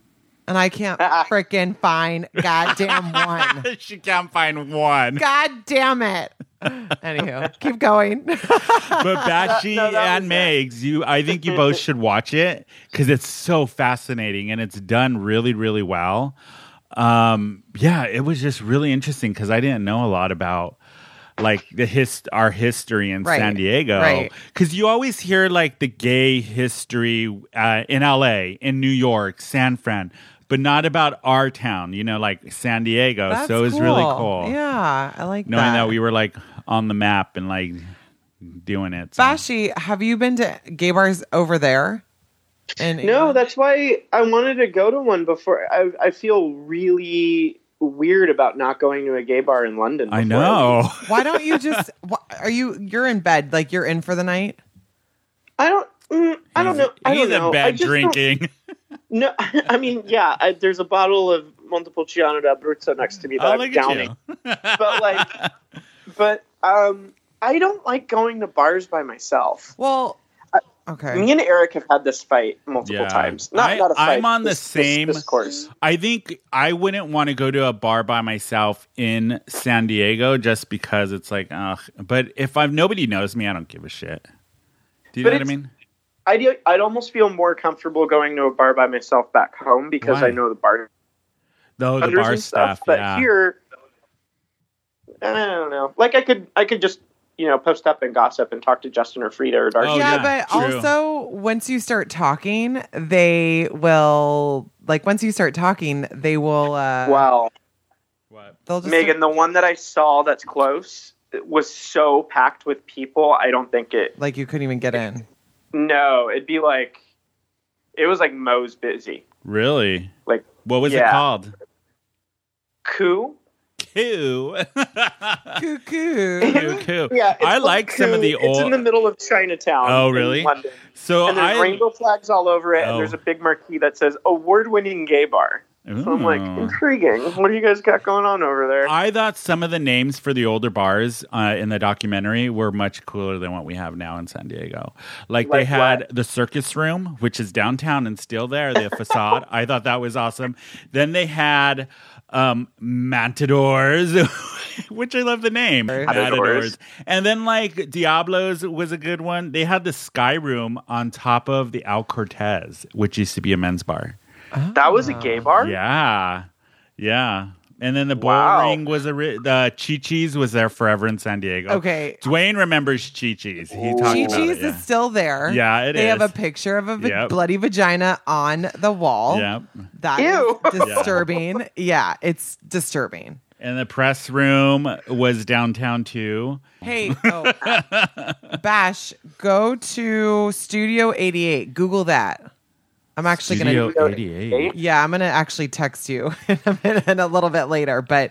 S4: and I can't frickin' find goddamn one.
S3: Uh, she can't find one.
S4: God damn it. Anywho, keep going.
S3: but Batchy
S5: no, that
S3: and
S5: was
S3: Megs, you, I think you both should watch it because it's so fascinating and it's done really, really well. Um, yeah, it was just really interesting because I didn't know a lot about like the hist our history in
S4: Right,
S3: San Diego
S4: right.
S3: because you always hear like the gay history uh, in LA, in New York, San Fran. But not about our town, you know, like San Diego.
S4: That's
S3: so it was really cool.
S4: Yeah, I like
S3: Knowing
S4: that.
S3: that. we were like on the map and like doing it. so.
S4: Bashi, have you been to gay bars over there? And
S5: No, that's why I wanted to go to one before. I, I feel really weird about not going to a gay bar in London.
S3: I
S5: before
S3: know.
S4: why don't you just? Why, are you? You're in bed, like you're in for the night.
S5: I don't. Mm, I don't know. I
S3: He's
S5: don't know.
S3: in
S5: I
S3: bed
S5: just don't-
S3: drinking.
S5: No, I mean, yeah. I, there's a bottle of Montepulciano d'Abruzzo next to me that
S3: Oh,
S5: I'm
S3: look at
S5: downing.
S3: you.
S5: But like, but um, I don't like going to bars by myself.
S4: Well, okay.
S5: Me and Eric have had this fight multiple
S3: Yeah.
S5: times. Not,
S3: I-
S5: not a fight.
S3: I'm on the
S5: this- this-
S3: same-
S5: this course.
S3: I think I wouldn't want to go to a bar by myself in San Diego just because it's like, ugh. But if I've nobody knows me, I don't give a shit. Do you
S5: But
S3: know what I
S5: it's-
S3: mean?
S5: I'd, I'd almost feel more comfortable going to a bar by myself back home because
S3: Why?
S5: I know the bar
S3: Though the
S5: others
S3: bar
S5: and
S3: stuff,
S5: But
S3: yeah.
S5: here, I don't know. Like I could, I could just you know post up and gossip and talk to Justin or Frida or Darcy.
S3: Oh,
S4: yeah,
S3: yeah,
S4: but
S3: true.
S4: also once you start talking, they will like once you start talking, they will. Uh,
S5: Wow.
S3: What?
S4: they'll just
S5: Megan, the one that I saw that's close was so packed with people. I don't think it.
S4: like you couldn't even get in.
S5: No, it'd be like it was like Moe's busy.
S3: Really?
S5: Like
S3: What was it
S5: Yeah.
S3: called?
S5: coup.
S3: Coup.
S4: Cuckoo.
S3: Coup, coup.
S5: Yeah, it's
S3: I
S5: called
S3: like some of
S5: Coup.
S3: the
S5: It's in
S3: old.
S5: the middle of Chinatown.
S3: Oh,
S5: in
S3: really?
S5: London.
S3: so
S5: and there's
S3: I
S5: rainbow flags all over it,
S3: Oh.
S5: and there's a big marquee that says "Award-winning Gay Bar." So I'm like,
S3: Ooh.
S5: intriguing. What do you guys got going on over there?
S3: I thought some of the names for the older bars uh, in the documentary were much cooler than what we have now in San Diego. Like, they
S5: Like
S3: had
S5: what?
S3: the Circus Room, which is downtown and still there, the facade. I thought that was awesome. Then they had um, Matadors, which I love the name.
S5: Matadors.
S3: And then, like, Diablos was a good one. They had the Sky Room on top of the Al Cortez, which used to be a men's bar.
S5: that was a gay bar.
S3: Yeah, yeah. And then the bowling
S5: Wow.
S3: ring was a ri- the Chi-Chi's was there forever in San Diego.
S4: Okay.
S3: Dwayne remembers Chi-Chi's. He talked
S4: Chi
S3: about
S4: Chi's
S3: it. Yeah.
S4: is still there.
S3: Yeah, it
S4: it is. they have
S3: is.
S4: a picture of a va-
S3: Yep.
S4: bloody vagina on the wall.
S3: Yep.
S4: That is
S5: Ew.
S4: disturbing. yeah. it's disturbing.
S3: And the press room was downtown too.
S4: Hey, oh, Bash, go to Studio 88. Google that. I'm actually going
S5: Oh,
S4: to
S3: Studio 88.
S4: Yeah, I'm gonna actually text you in a, minute, in a little bit later. But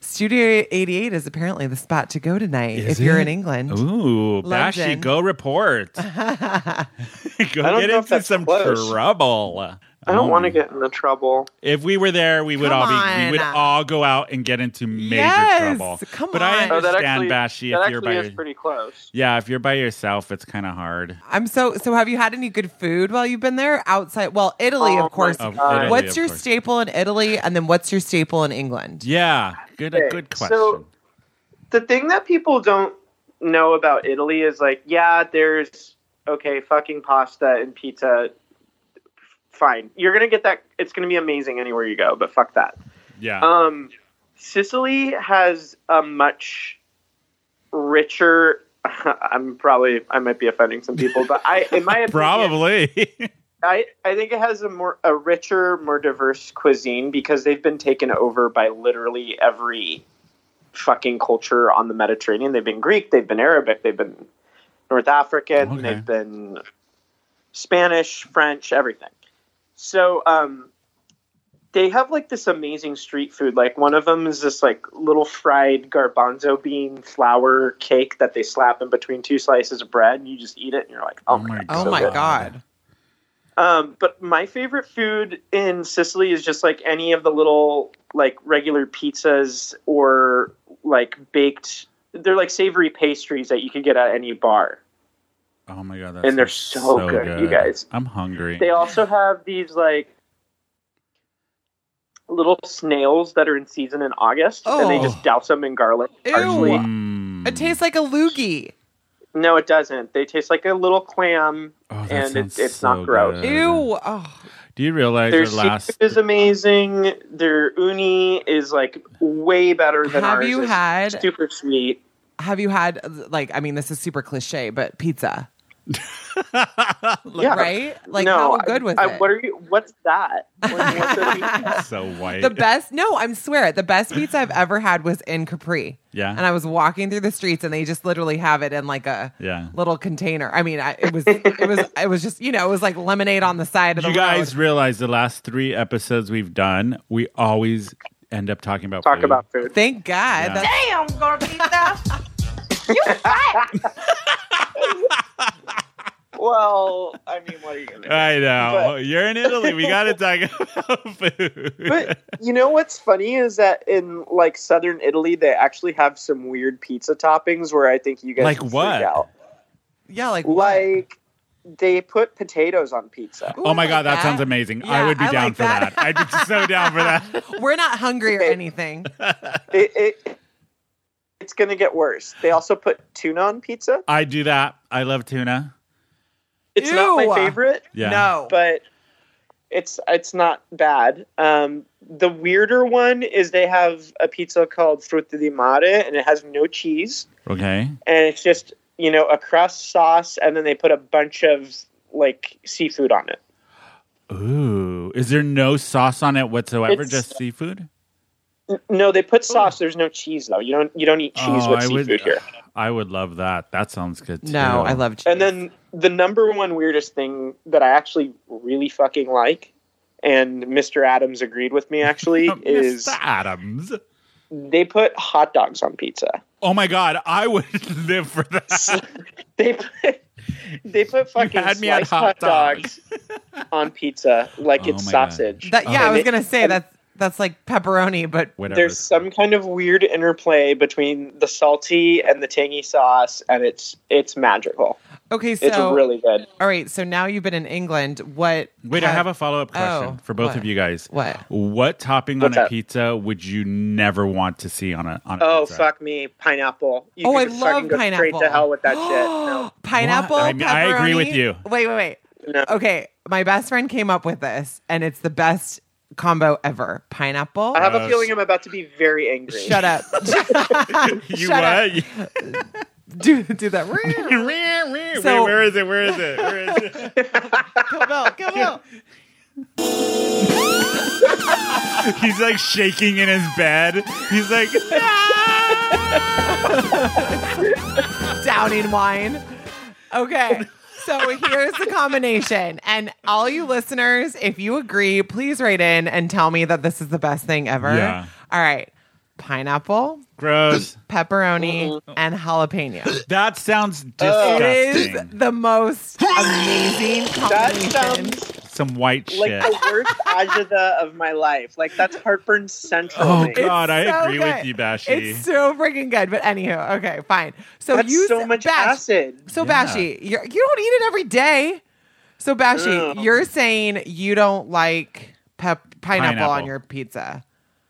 S4: Studio 88 is apparently the spot to go tonight
S3: Is
S4: if you're
S3: it?
S4: in England.
S3: Ooh, Bashy,
S4: London.
S3: go report. go
S5: don't
S3: get
S5: know if
S3: into
S5: that's
S3: some
S5: close.
S3: trouble.
S5: I don't want to get into trouble.
S3: If we were there, we would
S4: Come
S3: all be. We would
S4: on.
S3: all go out and get into major
S4: Yes,
S3: trouble.
S4: come
S3: but I
S4: on. Oh,
S5: Oh, that
S3: understand,
S5: actually,
S3: Bashy.
S5: that
S3: if you're by
S5: actually is
S3: your-
S5: pretty close.
S3: Yeah, if you're by yourself, it's kind of hard.
S4: I'm so so. Have you had any good food while you've been there? Outside, well, Italy,
S5: Oh
S4: of course.
S5: my
S3: Of
S5: God.
S3: Italy,
S4: what's
S3: of
S4: your
S3: course.
S4: staple in Italy, and then what's your staple in England?
S3: Yeah, good,
S5: Okay,
S3: good
S5: so-
S3: question.
S5: the thing that people don't know about Italy is like, yeah, there's okay, fucking pasta and pizza. Fine, you're gonna get that. It's gonna be amazing anywhere you go, but fuck that.
S3: yeah,
S5: Um, Sicily has a much richer. I'm probably I might be offending some people, but I in my opinion,
S3: probably.
S5: I, I think it has a more a richer, more diverse cuisine because they've been taken over by literally every fucking culture on the Mediterranean. They've been Greek, they've been Arabic, they've been North African,
S3: Okay.
S5: they've been Spanish, French, everything. So um, they have like this amazing street food. Like one of them is this like little fried garbanzo bean flour cake that they slap in between two slices of bread, and you just eat it, and you're like, oh, my god,
S4: Oh
S5: so
S4: my
S5: good.
S4: god!
S5: Um, but my favorite food in Sicily is just like any of the little like regular pizzas or like baked. They're like savory pastries that you could get at any bar.
S3: oh my god, that
S5: And they're
S3: sounds
S5: so good, you guys.
S3: I'm hungry.
S5: They also have these like little snails that are in season in August, and they
S4: Oh.
S5: just douse them in garlic.
S4: Ew,
S3: Mm.
S4: it tastes like a loogie.
S5: No, it doesn't. They taste like a little clam.
S3: Oh, that
S5: and
S3: sounds
S5: it- it's not
S3: so
S5: gross.
S3: good.
S4: Ew. Oh,
S3: Do you realize
S5: Their
S3: your
S5: seafood
S3: last?
S5: is amazing. Their uni is like way better than
S4: Have
S5: ours.
S4: you
S5: It's
S4: had-
S5: super sweet?
S4: have you had like? I mean, this is super cliche, but pizza,
S5: yeah.
S4: right? Like,
S5: no,
S4: how good was
S5: I,
S4: it?
S5: What are you? What's that? What- what's it-
S3: so white.
S4: The best, no, I'm swear it. The best pizza I've ever had was in Capri.
S3: Yeah.
S4: And I was walking through the streets and they just literally have it in like a
S3: Yeah.
S4: little container. I mean, I, it was, it was, it was just, you know, it was like lemonade on the side of the
S3: you guys
S4: road.
S3: realize the last three episodes we've done, we always end up talking about
S5: Talk
S3: food.
S5: about food.
S4: Thank God.
S3: Yeah.
S4: That's,
S6: Damn, gordita. you fat.
S5: Well, I mean, what are you gonna?
S3: I know
S5: But-
S3: you're in Italy. We got to talk about food.
S5: But you know what's funny is that in like southern Italy, they actually have some weird pizza toppings where I think you guys
S3: Like
S5: would freak
S3: what?
S5: out.
S4: yeah. Like, what?
S5: Like they put potatoes on pizza.
S4: Ooh,
S3: oh my
S4: I
S3: god,
S4: like
S3: that, sounds amazing. I
S4: Yeah,
S3: would be
S4: I
S3: down
S4: like
S3: for that. I'd be so down for that.
S4: We're not hungry or
S5: Okay.
S4: anything.
S5: It, it it's gonna get worse. They also put tuna on pizza.
S3: I do that. I love tuna.
S5: It's not
S4: Ew.
S5: my favorite.
S3: Yeah.
S4: No.
S5: but it's it's not bad. Um, the weirder one is they have a pizza called Frutta di Mare, and it has no cheese,
S3: Okay.
S5: and it's just you know a crust sauce, and then they put a bunch of like seafood on it.
S3: Ooh. Is there no sauce on it whatsoever?
S5: It's-
S3: just seafood?
S5: No, they put sauce. There's no cheese though. You don't you don't eat cheese
S3: Oh,
S5: with
S3: I
S5: seafood
S3: would-
S5: here.
S3: I would love that. That sounds good too.
S4: no, I love cheese.
S5: And then the number one weirdest thing that I actually really fucking like, and Mr. Adams agreed with me actually,
S3: Mr.
S5: is
S3: Oh, Adams.
S5: they put hot dogs on pizza.
S3: Oh my god, I would live for that.
S5: they put, they put fucking
S3: had me at hot
S5: sliced hot, dogs on pizza like
S3: Oh
S5: it's
S3: my God.
S5: sausage.
S4: That, yeah, I was
S5: And it-
S4: gonna say
S5: and
S4: that's that's like pepperoni, but
S3: Whatever.
S5: There's some kind of weird interplay between the salty and the tangy sauce, and it's it's magical.
S4: okay. So
S5: It's really good.
S4: all right. So now you've been in England. What? uh,
S3: Wait, I have a follow up question
S4: Oh,
S3: for both
S4: what?
S3: of you guys.
S4: What?
S3: What topping
S5: What's
S3: on a
S5: up?
S3: pizza would you never want to see on a on a
S5: Oh
S3: pizza?
S5: fuck me, pineapple. You
S4: Oh,
S5: could
S4: I
S5: just
S4: love
S5: fucking go
S4: pineapple.
S5: Straight to hell with that shit. No.
S4: pineapple.
S3: What? I mean, I agree
S4: pepperoni?
S3: with you.
S4: Wait, wait, wait.
S5: No.
S4: Okay, my best friend came up with this, and it's the best combo ever. Pineapple.
S5: I have a
S3: Gross.
S5: feeling I'm about to be very angry.
S4: Shut up.
S3: You
S4: Shut up.
S3: what?
S4: do do that.
S3: Wait,
S4: So-
S3: where is it? Where is it? Where is it?
S4: Come out, come out.
S3: He's like shaking in his bed. He's like,
S4: downing wine. Okay. So here's the combination. And all you listeners, if you agree, please write in and tell me that this is the best thing ever.
S3: Yeah.
S4: All right. Pineapple,
S3: gross.
S4: pepperoni,
S3: Mm-hmm.
S4: and jalapeno.
S3: That sounds
S5: Oh.
S4: It is
S3: disgusting.
S4: the most amazing
S5: That
S4: combination.
S5: sounds
S3: Some white
S5: like
S3: shit.
S5: the worst agita of my life. Like that's heartburn central.
S3: Oh
S5: man.
S3: God, I
S4: so
S3: agree with
S4: good.
S3: you, Bashi.
S4: It's so freaking good. But anywho, okay, fine. So
S5: that's
S4: you
S5: so
S4: s-
S5: much
S4: Bash,
S5: acid.
S4: So
S3: Yeah.
S4: Bashi, you're, you don't eat it every day. So Bashi,
S5: Ugh.
S4: you're saying you don't like pep- pineapple,
S3: Pineapple.
S4: on your pizza.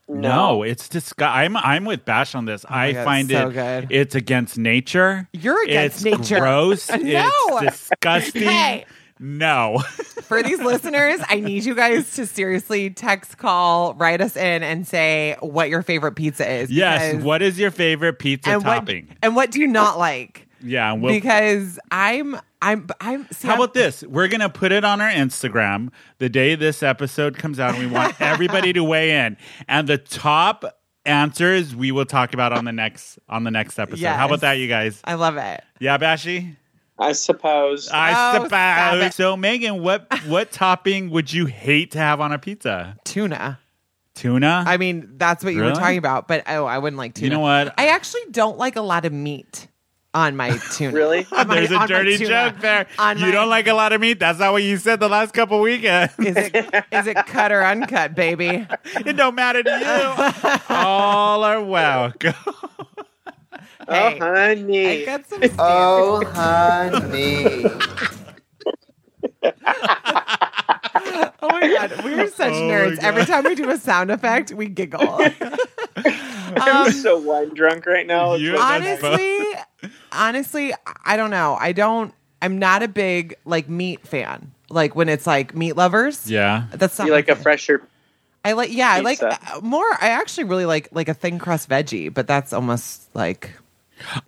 S3: No, it's disgust. I'm I'm with Bash on this. I
S4: Oh God,
S3: find
S4: so
S3: it
S4: good.
S3: it's against nature.
S4: You're against
S3: it's
S4: nature.
S3: Gross.
S4: No.
S3: It's disgusting.
S4: Hey.
S3: No.
S4: For these listeners, I need you guys to seriously text, call, write us in, and say what your favorite pizza is.
S3: yes.
S4: because-
S3: What is your favorite pizza
S4: and what
S3: topping?
S4: and what do you not like?
S3: yeah. and We'll,
S4: because I'm I'm I'm. See,
S3: how
S4: I'm-
S3: about this? We're gonna put it on our Instagram the day this episode comes out, and we want everybody to weigh in. And the top answers we will talk about on the next on the next episode. How about
S4: Yes.
S3: that, you guys?
S4: I love it.
S3: Yeah, Bashi.
S5: I suppose.
S3: I
S4: Oh, stop
S3: suppose.
S4: it.
S3: So, Megan, what what topping would you hate to have on a pizza?
S4: Tuna.
S3: Tuna.
S4: I mean, that's what you were
S3: Really?
S4: talking about. But oh, I wouldn't like tuna.
S3: you know what?
S4: I actually don't like a lot of meat on my tuna.
S5: Really?
S4: On my-
S3: There's
S4: on
S3: a
S4: my
S3: dirty
S4: tuna.
S3: joke there.
S4: On
S3: you
S4: my-
S3: don't like a lot of meat. That's not what you said the last couple weekends.
S4: Is it is it cut or uncut, baby?
S3: it don't matter to you. All are welcome.
S4: Hey,
S5: oh honey. Oh,
S4: I got some. standards.
S1: honey.
S4: Oh my god, we are such
S3: Oh my
S4: nerds.
S3: God.
S4: Every time we do a sound effect, we giggle.
S5: I'm
S4: Um,
S5: so wine drunk right now. It's
S3: You-
S5: like-
S3: That's fun.
S4: honestly, honestly, I don't know. I don't. I'm not a big like meat fan. Like when it's like meat lovers.
S3: Yeah.
S4: That's not
S5: you
S4: my
S5: like a
S4: thing.
S5: fresher.
S4: I like yeah, I like
S5: pizza.
S4: uh, more. I actually really like like a thin crust veggie, but that's almost like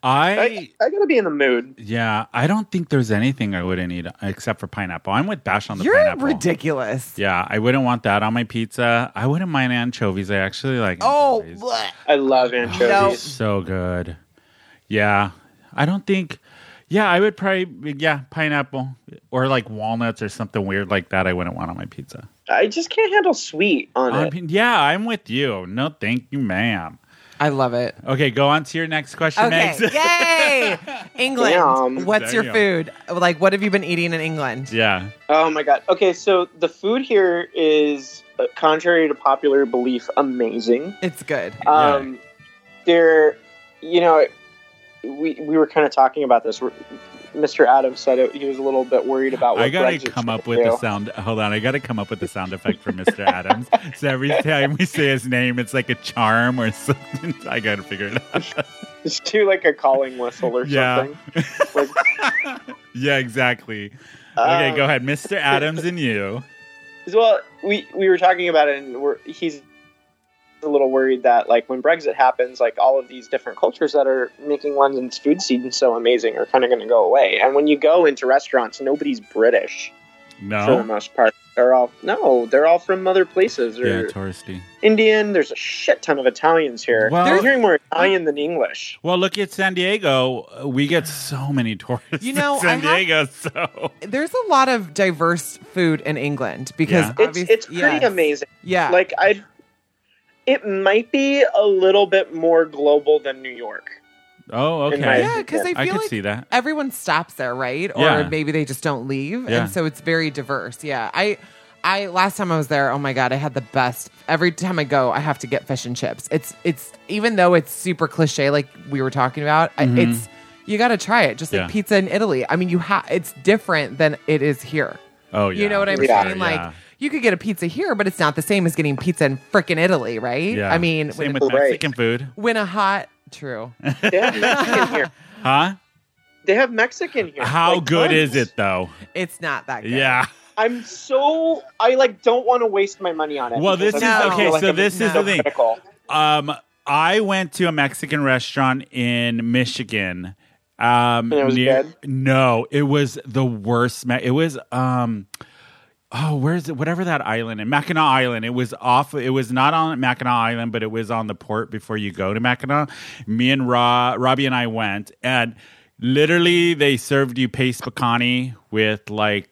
S3: I
S5: I, I gotta be in the mood.
S3: yeah. I don't think there's anything I wouldn't eat except for pineapple. I'm with Bash on the
S4: you're
S3: pineapple.
S4: ridiculous.
S3: Yeah, I wouldn't want that on my pizza. I wouldn't mind anchovies. I actually like.
S4: Oh,
S3: anchovies.
S4: bleh.
S5: I love anchovies.
S3: So good. Yeah. I don't think yeah, I would probably yeah, pineapple or like walnuts or something weird like that I wouldn't want on my pizza.
S5: I just can't handle sweet on
S3: On
S5: it.
S3: pi- yeah, I'm with you. No, thank you, ma'am.
S4: I love it.
S3: Okay, go on to your next question,
S4: Okay,
S3: Megs.
S4: yay, England.
S5: Yum.
S4: What's your
S3: Damn.
S4: food? Like, what have you been eating in England?
S3: yeah.
S5: Oh my god. Okay, so the food here is, uh, contrary to popular belief, amazing.
S4: It's good.
S5: Um, there, you know, we we were kind of talking about this. We're- Mr. Adams said it, he was a little bit worried about. What
S3: I gotta
S5: Brexit's
S3: come
S5: gonna
S3: up with a
S5: do.
S3: sound hold on, I gotta come up with a sound effect for Mr. Adams. So every time we say his name it's like a charm or something. I gotta figure it out.
S5: Just do like a calling whistle or
S3: Yeah.
S5: something. Like,
S3: Yeah, exactly. Okay,
S5: um,
S3: go ahead. Mr. Adams and you.
S5: Well, we we were talking about it, and we're, he's a little worried that like when Brexit happens, like all of these different cultures that are making London's food scene so amazing are kind of going to go away. And when you go into restaurants, nobody's British
S3: No.
S5: for the most part. They're all no, they're all from other places. Or,
S3: Oh. Yeah, touristy.
S5: Indian. There's a shit ton of Italians here.
S3: Well-
S5: They're hearing more Italian than English.
S3: Well, look at San Diego. Uh, We get so many tourists.
S4: You know,
S3: in San
S4: I have-
S3: Diego. So
S4: There's a lot of diverse food in England because
S3: Yeah.
S5: It's
S4: obvious-
S5: it's pretty
S4: yes.
S5: amazing.
S3: Ah.
S4: Yeah,
S5: Like I, it might be a little bit more global than New York.
S3: Oh, okay.
S5: In my-
S4: Yeah, because I feel
S3: I could
S4: like
S3: see that.
S4: everyone stops there, right?
S3: Yeah.
S4: Or maybe they just don't leave,
S3: Yeah.
S4: and so it's very diverse. Yeah, I, I last time I was there, oh my god, I had the best. Every time I go, I have to get fish and chips. It's it's even though it's super cliche, like we were talking about, I it's you got to try it. Just like
S3: Mm-hmm. Yeah.
S4: pizza in Italy. I mean, you have it's different than it is here.
S3: Oh, yeah.
S4: You know what I'm
S3: for
S4: saying?
S3: sure, yeah.
S4: Like you could get a pizza here, but it's not the same as getting pizza in frickin' Italy, right?
S3: Yeah.
S4: I mean,
S3: same
S4: when,
S3: with
S5: Right.
S3: Mexican food,
S4: when a hot true.
S5: They have Mexican here.
S3: huh?
S5: They have Mexican here.
S3: How
S5: Like,
S3: good is
S5: tons.
S3: it though?
S4: It's not that good.
S3: Yeah.
S5: I'm so I like don't want to waste my money on it.
S3: Well,
S5: because
S3: this
S5: I
S4: is-
S5: feel
S4: okay,
S3: so
S5: I'm
S3: this is
S5: so
S3: the thing.
S5: Critical.
S3: Um, I went to a Mexican restaurant in Michigan. Um,
S5: it was
S3: No, it was the worst. Me- it was um, oh, where's it? Whatever that island in Mackinac Island. It was off. It was not on Mackinac Island, but it was on the port before you go to Mackinac. Me and Ra- Robbie and I went, and literally they served you paste picante with like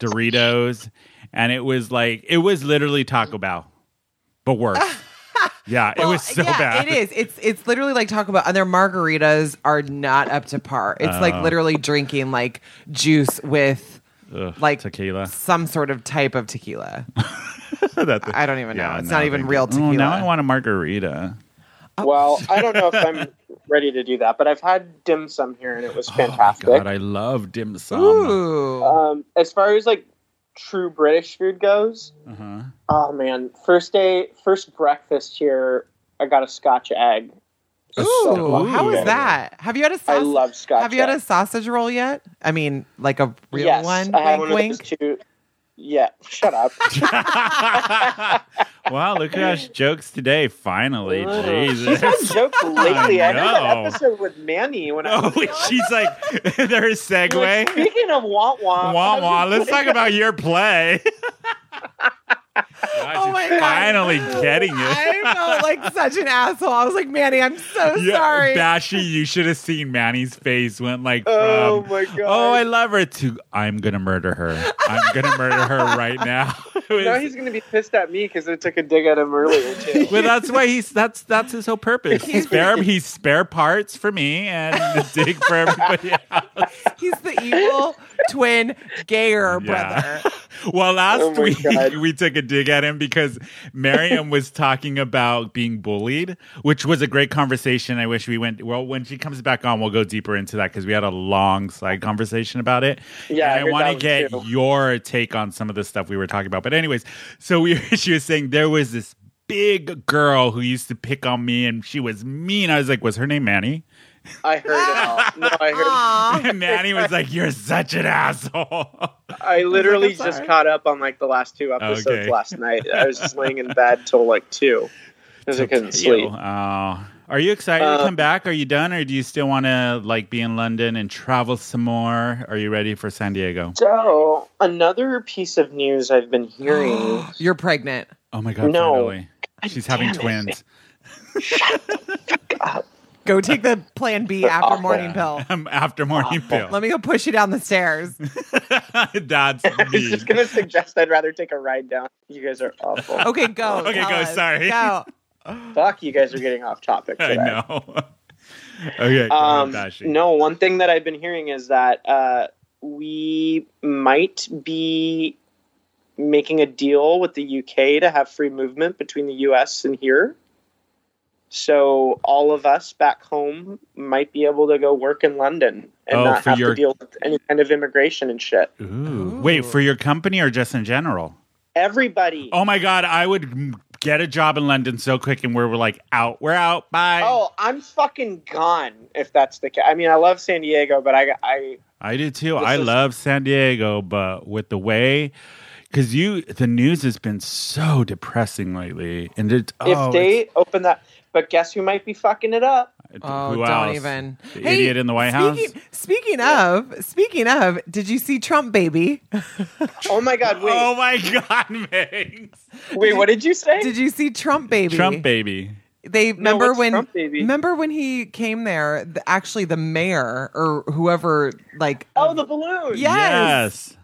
S3: Doritos, and it was like it was literally Taco Bell, but worse. Yeah, it was so
S4: yeah,
S3: bad.
S4: It is. It's it's literally like talk about other margaritas are not up to par. It's
S3: Oh.
S4: like literally drinking like juice with
S3: Ugh,
S4: like
S3: tequila.
S4: some sort of type of tequila.
S3: That-
S4: I don't even know.
S3: Yeah,
S4: it's
S3: no,
S4: not even
S3: thank
S4: real
S3: you. Oh,
S4: tequila.
S3: now I want a margarita. Oh.
S5: Well, I don't know if I'm ready to do that, but I've had dim sum here and it was fantastic.
S3: Oh, God, I love dim sum.
S4: Ooh.
S5: um, as far as like true British food goes,
S3: Uh-huh.
S5: oh man, first day, first breakfast here, I got a Scotch egg.
S4: Ooh. How
S3: Ooh.
S4: is that? Have you had a sausage?
S5: I love Scotch.
S4: Have you had a
S5: egg.
S4: sausage roll yet? I mean, like a real
S5: yes,
S4: one.
S5: I had
S4: wink,
S5: one
S4: wink.
S5: of those two. Yeah, shut up.
S3: wow, look at us jokes today. Finally,
S5: Ugh.
S3: Jesus.
S5: I've joked lately. I, know that
S3: no.
S5: episode with Manny when I
S3: Oh,
S5: was
S3: wait, she's like, there's
S5: like,
S3: segue.
S5: speaking of womp womp.
S3: Wah wah. Let's talk about your play.
S4: Oh my God.
S3: Finally getting it.
S4: I felt like such an asshole. I was like, Manny, I'm so
S3: Yeah,
S4: sorry.
S3: Bashy, you should have seen Manny's face went like from,
S5: Oh
S4: um,
S5: my god.
S3: Oh, I love her too. I'm gonna murder her. I'm gonna murder her right now. It was-
S5: now he's gonna be pissed at me because I took a dig at him earlier too.
S3: well, that's why he's that's that's his whole purpose. Spare he's spare parts for me and dig for everybody else.
S4: He's the evil twin gayer brother.
S3: Well, last
S5: Oh my
S3: week
S5: God.
S3: we took a dig at him because Miriam was talking about being bullied, which was a great conversation. I wish we went. Well, when she comes back on, we'll go deeper into that because we had a long side conversation about it.
S5: Yeah,
S3: and
S5: I
S3: I
S5: heard
S3: want
S5: that
S3: to get
S5: one too.
S3: your take on some of the stuff we were talking about. But anyways, so we she was saying there was this big girl who used to pick on me, and she was mean. I was like, was her name Manny?
S5: I heard it all. No, I heard.
S4: Aw.
S3: And Manny was like, you're such an asshole.
S5: I literally
S4: I'm
S5: just
S4: sorry.
S5: caught up on like the last two episodes
S3: Okay.
S5: last night. I was just laying in bed till like two because I couldn't sleep. Uh,
S3: Oh. Are you excited to come back? Are you done, or do you still want to like be in London and travel some more? Are you ready for San Diego?
S5: So another piece of news I've been hearing.
S4: You're pregnant.
S3: Oh my god!
S5: No.
S3: Finally, she's having twins.
S4: Go take the plan B after
S5: awful.
S4: morning pill.
S3: Um, after morning pill.
S4: Let me go push you down the stairs.
S3: That's
S5: I was
S3: me.
S5: just gonna suggest I'd rather take a ride down. You guys are awful.
S4: Okay, go.
S3: Okay,
S4: Tell
S3: go,
S4: us.
S3: sorry.
S4: Go.
S5: Fuck, you guys are getting off topic.
S3: I
S5: Today.
S3: know. okay. go on,
S5: Um,
S3: Dashi.
S5: no, one thing that I've been hearing is that uh, we might be making a deal with the UK to have free movement between the US and here. So all of us back home might be able to go work in London and
S3: Oh,
S5: not
S3: for
S5: have
S3: your-
S5: to deal with any kind of immigration and shit.
S3: Ooh. Wait for your company or just in general?
S5: Everybody.
S3: Oh my god! I would mm, get a job in London so quick, and we're, we're like out. We're out. Bye.
S5: Oh, I'm fucking gone if that's the case. I mean, I love San Diego, but I, I
S3: I do too.
S5: This
S3: I
S5: is-
S3: love San Diego, but with the way, because you the news has been so depressing lately, and it,
S5: if
S3: oh,
S5: they open that, but guess who might be fucking it up?
S3: it's-
S4: Oh,
S3: who
S4: don't
S3: else?
S4: even.
S3: the idiot in the White
S4: speaking,
S3: House.
S4: Speaking of, speaking of, did you see Trump, baby?
S5: Oh my god! Wait,
S3: Oh my God, Megs.
S5: Wait, what did you say?
S4: Did you see Trump, baby?
S3: Trump baby.
S4: They remember
S5: what's
S4: when
S5: Trump baby?
S4: remember when he came there. The, actually, the mayor or whoever, like,
S5: oh, the balloon.
S4: Yeah. Yes.
S3: Yes.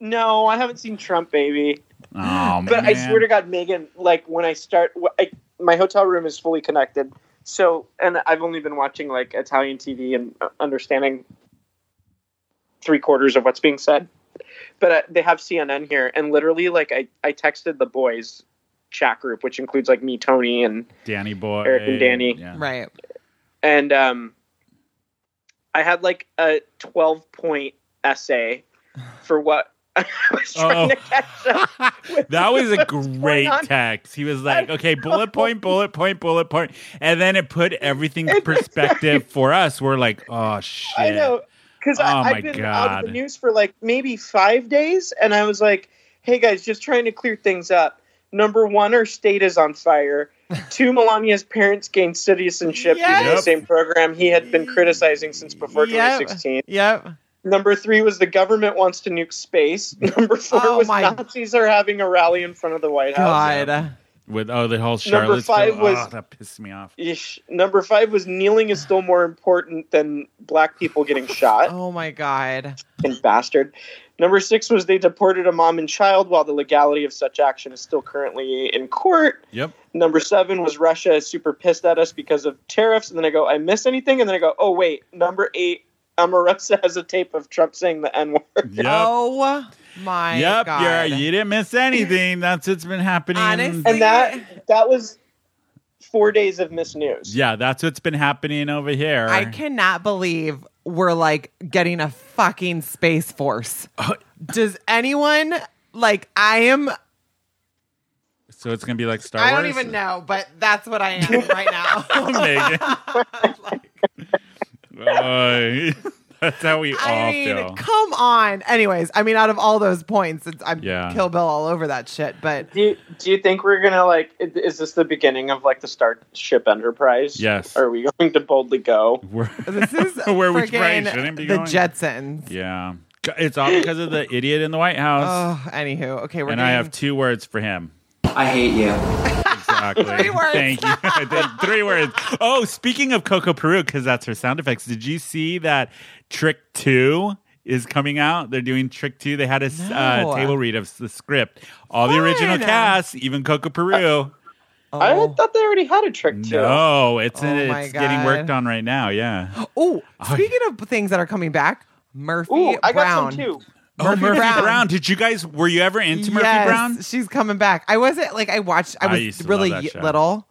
S5: No, I haven't seen Trump, baby.
S3: Oh,
S5: But I swear to God, Megan. Like when I start, wh- I, my hotel room is fully connected So, and I've only been watching like Italian TV and uh, understanding three quarters of what's being said. But uh, they have CNN here, and literally, like, I, I texted the boys chat group, which includes like me, Tony, and
S3: Danny boy,
S5: Eric and Danny.
S3: Yeah.
S4: Right.
S5: and um, I had like a twelve point essay for what I was trying
S3: Oh.
S5: to catch up.
S3: that was a
S5: What's going
S3: great
S5: on?
S3: text. He was like,
S5: I
S3: okay, bullet point, bullet point, bullet point. And then it put everything in perspective for us. We're like, oh, shit.
S5: I know because
S3: Oh, my
S5: I've been out of
S3: God.
S5: the news for like maybe five days, and I was like, "Hey guys, just trying to clear things up. Number one, our state is on fire. Two, Melania's parents gained citizenship using
S3: Yep.
S5: the same program he had been criticizing since before
S4: Yep.
S5: 2016.
S4: Yep.
S5: Number three was the government wants to nuke space. Number four
S4: Oh,
S5: was
S4: my-
S5: Nazis are having a rally in front of the White House.
S4: God.
S3: With, oh, the whole Charlotte.
S5: five was-
S3: that pissed me off.
S5: Ish. Number five was kneeling is still more important than black people getting shot.
S4: Oh my God.
S5: fucking bastard. Number six was they deported a mom and child while the legality of such action is still currently in court.
S3: Yep.
S5: Number seven was Russia is super pissed at us because of tariffs. And then I go, I miss anything. And then I go, oh, wait. Number eight, Omarosa has a tape of Trump saying the N word.
S3: Yep.
S4: Oh my
S3: yep.
S4: God.
S3: You're, you didn't miss anything. That's what's been happening.
S4: Honest-
S5: And that that was four days of misnews.
S3: Yeah, that's what's been happening over here.
S4: I cannot believe we're like getting a fucking space force.
S3: Uh,
S4: Does anyone like I am
S3: So it's going to be like Star
S4: I
S3: Wars.
S4: don't even know, but that's what I am right now.
S3: Megan. Uh, that's how we all
S4: I mean,
S3: feel.
S4: come on. Anyways, I mean, out of all those points, it's, I'm
S3: Yeah.
S4: Kill Bill all over that shit. But
S5: Do you, do you think we're gonna like? Is this the beginning of like the Starship Enterprise?
S3: Yes.
S5: Are we going to boldly go?
S3: We're,
S4: this is
S3: Where we probably
S4: friggin'
S3: shouldn't be
S4: the
S3: going.
S4: Jetsons.
S3: yeah. It's all because of the idiot in the White House.
S4: Oh, anywho, okay, we're
S3: and
S4: doing,
S3: I have two words for him.
S7: I hate you.
S3: Exactly.
S4: Three words.
S3: Thank you. I did Three words. Oh, speaking of Coco Peru, because that's her sound effects. Did you see that Trick Two is coming out? They're doing Trick Two. They had a s-
S4: No.
S3: uh, table read of s- the script. All the original
S4: Fun.
S3: cast, even Coco Peru.
S5: I
S4: Oh,
S5: thought they already had a trick too.
S3: No, it's
S4: Oh my
S3: it's getting
S4: God.
S3: worked on right now. Yeah.
S4: Ooh, speaking of things that are coming back, Murphy
S5: Ooh, I
S4: Brown.
S5: got some too.
S3: Oh, Murphy
S4: Brown.
S3: Brown. Did you guys? Were you ever into
S4: Yes,
S3: Murphy Brown?
S4: She's coming back. I wasn't like I watched. I
S3: I
S4: was
S3: used to
S4: really
S3: love that show.
S4: little,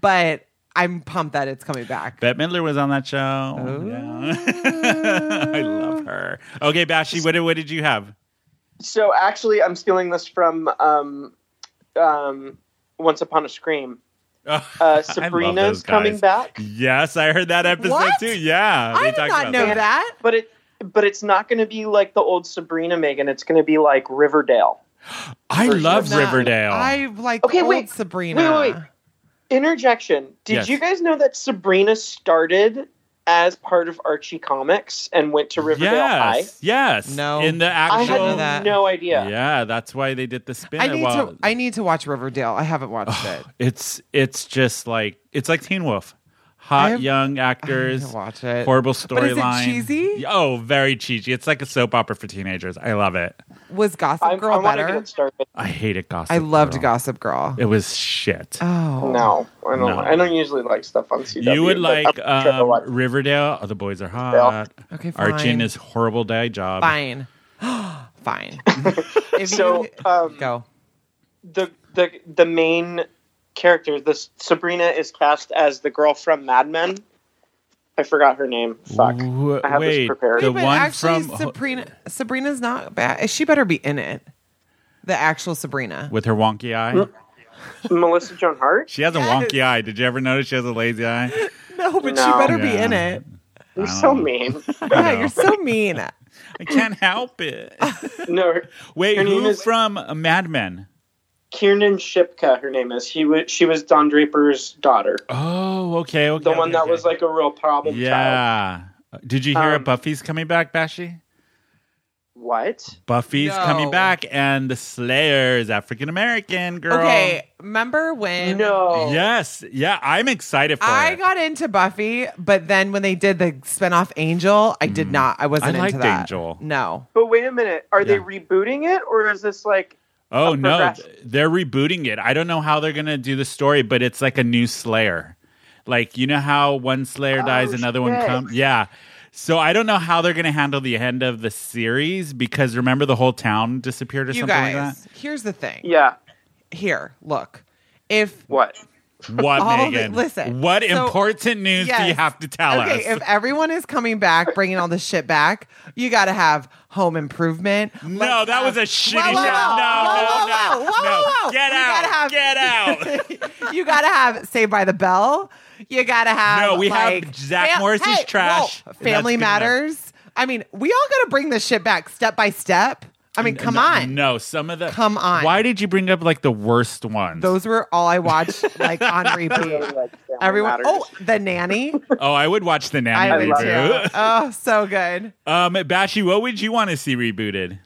S4: but I'm pumped that it's coming back.
S3: Bette Midler was on that show.
S4: Oh.
S3: Yeah. I love her. Okay, Bashy, what, did- what did you have?
S5: So actually, I'm stealing this from um, um, Once Upon a Scream.
S3: I
S5: Uh,
S3: love
S5: Sabrina's
S3: those
S5: coming
S3: guys.
S5: back,
S3: Yes, I heard that episode
S4: What?
S3: too. Yeah,
S4: I
S3: they
S4: did
S3: talked
S4: not
S3: about
S4: know
S3: that.
S4: that.
S5: but it but it's not going to be like the old Sabrina Megan. It's going to be like Riverdale.
S3: I
S5: Version
S3: love
S5: of
S4: Not-
S3: Riverdale.
S4: I like
S5: Okay,
S4: old
S5: wait.
S4: Sabrina.
S5: Wait, wait, wait. Interjection. Did
S3: Yes.
S5: you guys know that Sabrina started as part of Archie Comics and went to Riverdale High?
S3: yes, yes.
S4: No.
S3: in the actual.
S5: I
S4: Didn't know
S5: had
S4: that.
S5: no idea.
S3: Yeah, that's why they did the spin.
S4: I need
S3: well,
S4: to. I need to watch Riverdale. I haven't watched it.
S3: it's it's just like it's like Teen Wolf,
S4: I
S3: hot
S4: have-
S3: young
S4: I need
S3: actors,
S4: to watch it.
S3: horrible
S4: But is it
S3: storyline.
S4: cheesy?
S3: Oh, very cheesy. It's like a soap opera for teenagers. I love it.
S4: Was Gossip
S5: I'm,
S4: Girl
S5: I want to
S4: better?
S5: get started.
S3: I hated Gossip.
S4: I loved
S3: Girl.
S4: Gossip Girl.
S3: It was shit.
S4: Oh
S5: No, I don't.
S3: No.
S5: I don't usually like stuff on CW.
S3: you would
S5: but
S3: like
S5: I'm sure I'll
S3: um,
S5: watch it.
S3: Riverdale. Oh, the boys are hot.
S4: Okay,
S3: Archie
S4: fine.
S3: and his horrible day job.
S4: Fine. Fine. if
S5: So,
S4: you
S5: um,
S4: go.
S5: the the the main character, this Sabrina is cast as the girl from Mad Men. I forgot her name. Fuck.
S3: Wh-
S5: I have this
S3: wait,
S5: prepared.
S3: the
S5: Yeah,
S4: But
S3: one
S4: actually,
S3: from
S4: Sabrina. Sabrina's not bad. She better be in it. The actual Sabrina.
S3: with her wonky eye.
S5: Melissa Joan Hart?
S3: She has a wonky eye. Did you ever notice she has a lazy eye?
S4: No, but she
S5: No.
S4: better be
S3: Yeah.
S4: in it.
S5: You're
S3: don't
S5: so
S3: know.
S5: mean.
S4: Yeah, you're so mean.
S3: I can't help it.
S5: no, her-
S3: Wait,
S5: Her name
S3: who
S5: is-
S3: from uh, Mad Men?
S5: Kiernan Shipka. Her name is. He was. She was Don Draper's daughter,
S3: Oh, okay, okay.
S5: the one
S3: okay,
S5: that
S3: okay.
S5: was like a real problem child.
S3: Yeah. Did you hear
S5: Um,
S3: Buffy's coming back, Bashy?
S5: What?
S3: Buffy's coming
S4: No.
S3: back, and the Slayer is African American girl.
S4: Okay, remember when?
S5: No.
S3: Yes. Yeah, I'm excited for
S4: I
S3: it.
S4: got into Buffy, but then when they did the spinoff Angel, I did not. I wasn't
S3: Mm. I liked
S4: into that.
S3: Angel.
S4: No.
S5: But wait a minute. Are they
S3: Yeah.
S5: rebooting it, or is this like?
S3: Oh
S5: a
S3: no,
S5: progress-
S3: they're rebooting it. I don't know how they're gonna do the story, but it's like a new Slayer. Like you know how one Slayer
S4: Oh,
S3: dies, another one
S5: shit.
S3: comes. Yeah. So I don't know how they're going to handle the end of the series because remember the whole town disappeared or
S4: You
S3: something
S4: guys,
S3: like
S4: here's the thing.
S5: Yeah.
S4: Here, look. If
S5: What?
S3: that. What
S4: All the-
S3: Megan?
S4: listen,
S3: What
S4: so-
S3: important news do you
S4: Yes.
S3: have to tell
S4: okay,
S3: us?
S4: if everyone is coming back, bringing all this shit back, you got to have home improvement.
S3: no, that was a shitty
S4: Whoa, whoa,
S3: shout.
S4: whoa.
S3: No, no,
S4: Whoa, whoa,
S3: no,
S4: whoa, whoa,
S3: no.
S4: whoa, whoa.
S3: Get
S4: We gotta
S3: out!
S4: have-
S3: Get out!
S4: you got to have Saved by the Bell. You got to have
S3: No, we have
S4: like,
S3: Zach Morris's
S4: hey,
S3: trash,
S4: whoa,
S3: and
S4: family
S3: that's good enough.
S4: Matters. I mean, we all got to bring this shit back step by step. I mean, come
S3: no,
S4: on.
S3: No, some of the
S4: Come on.
S3: Why did you bring up like the worst ones?
S4: Those were all I watched like on repeat.
S5: Really, like, Family
S4: Everyone,
S5: Matters.
S4: oh, the nanny.
S3: oh, I would watch the
S4: I
S3: nanny
S4: would
S5: love
S4: too.
S3: reboot.
S4: Oh, so good.
S3: Um, Bashy, what would you want to see rebooted?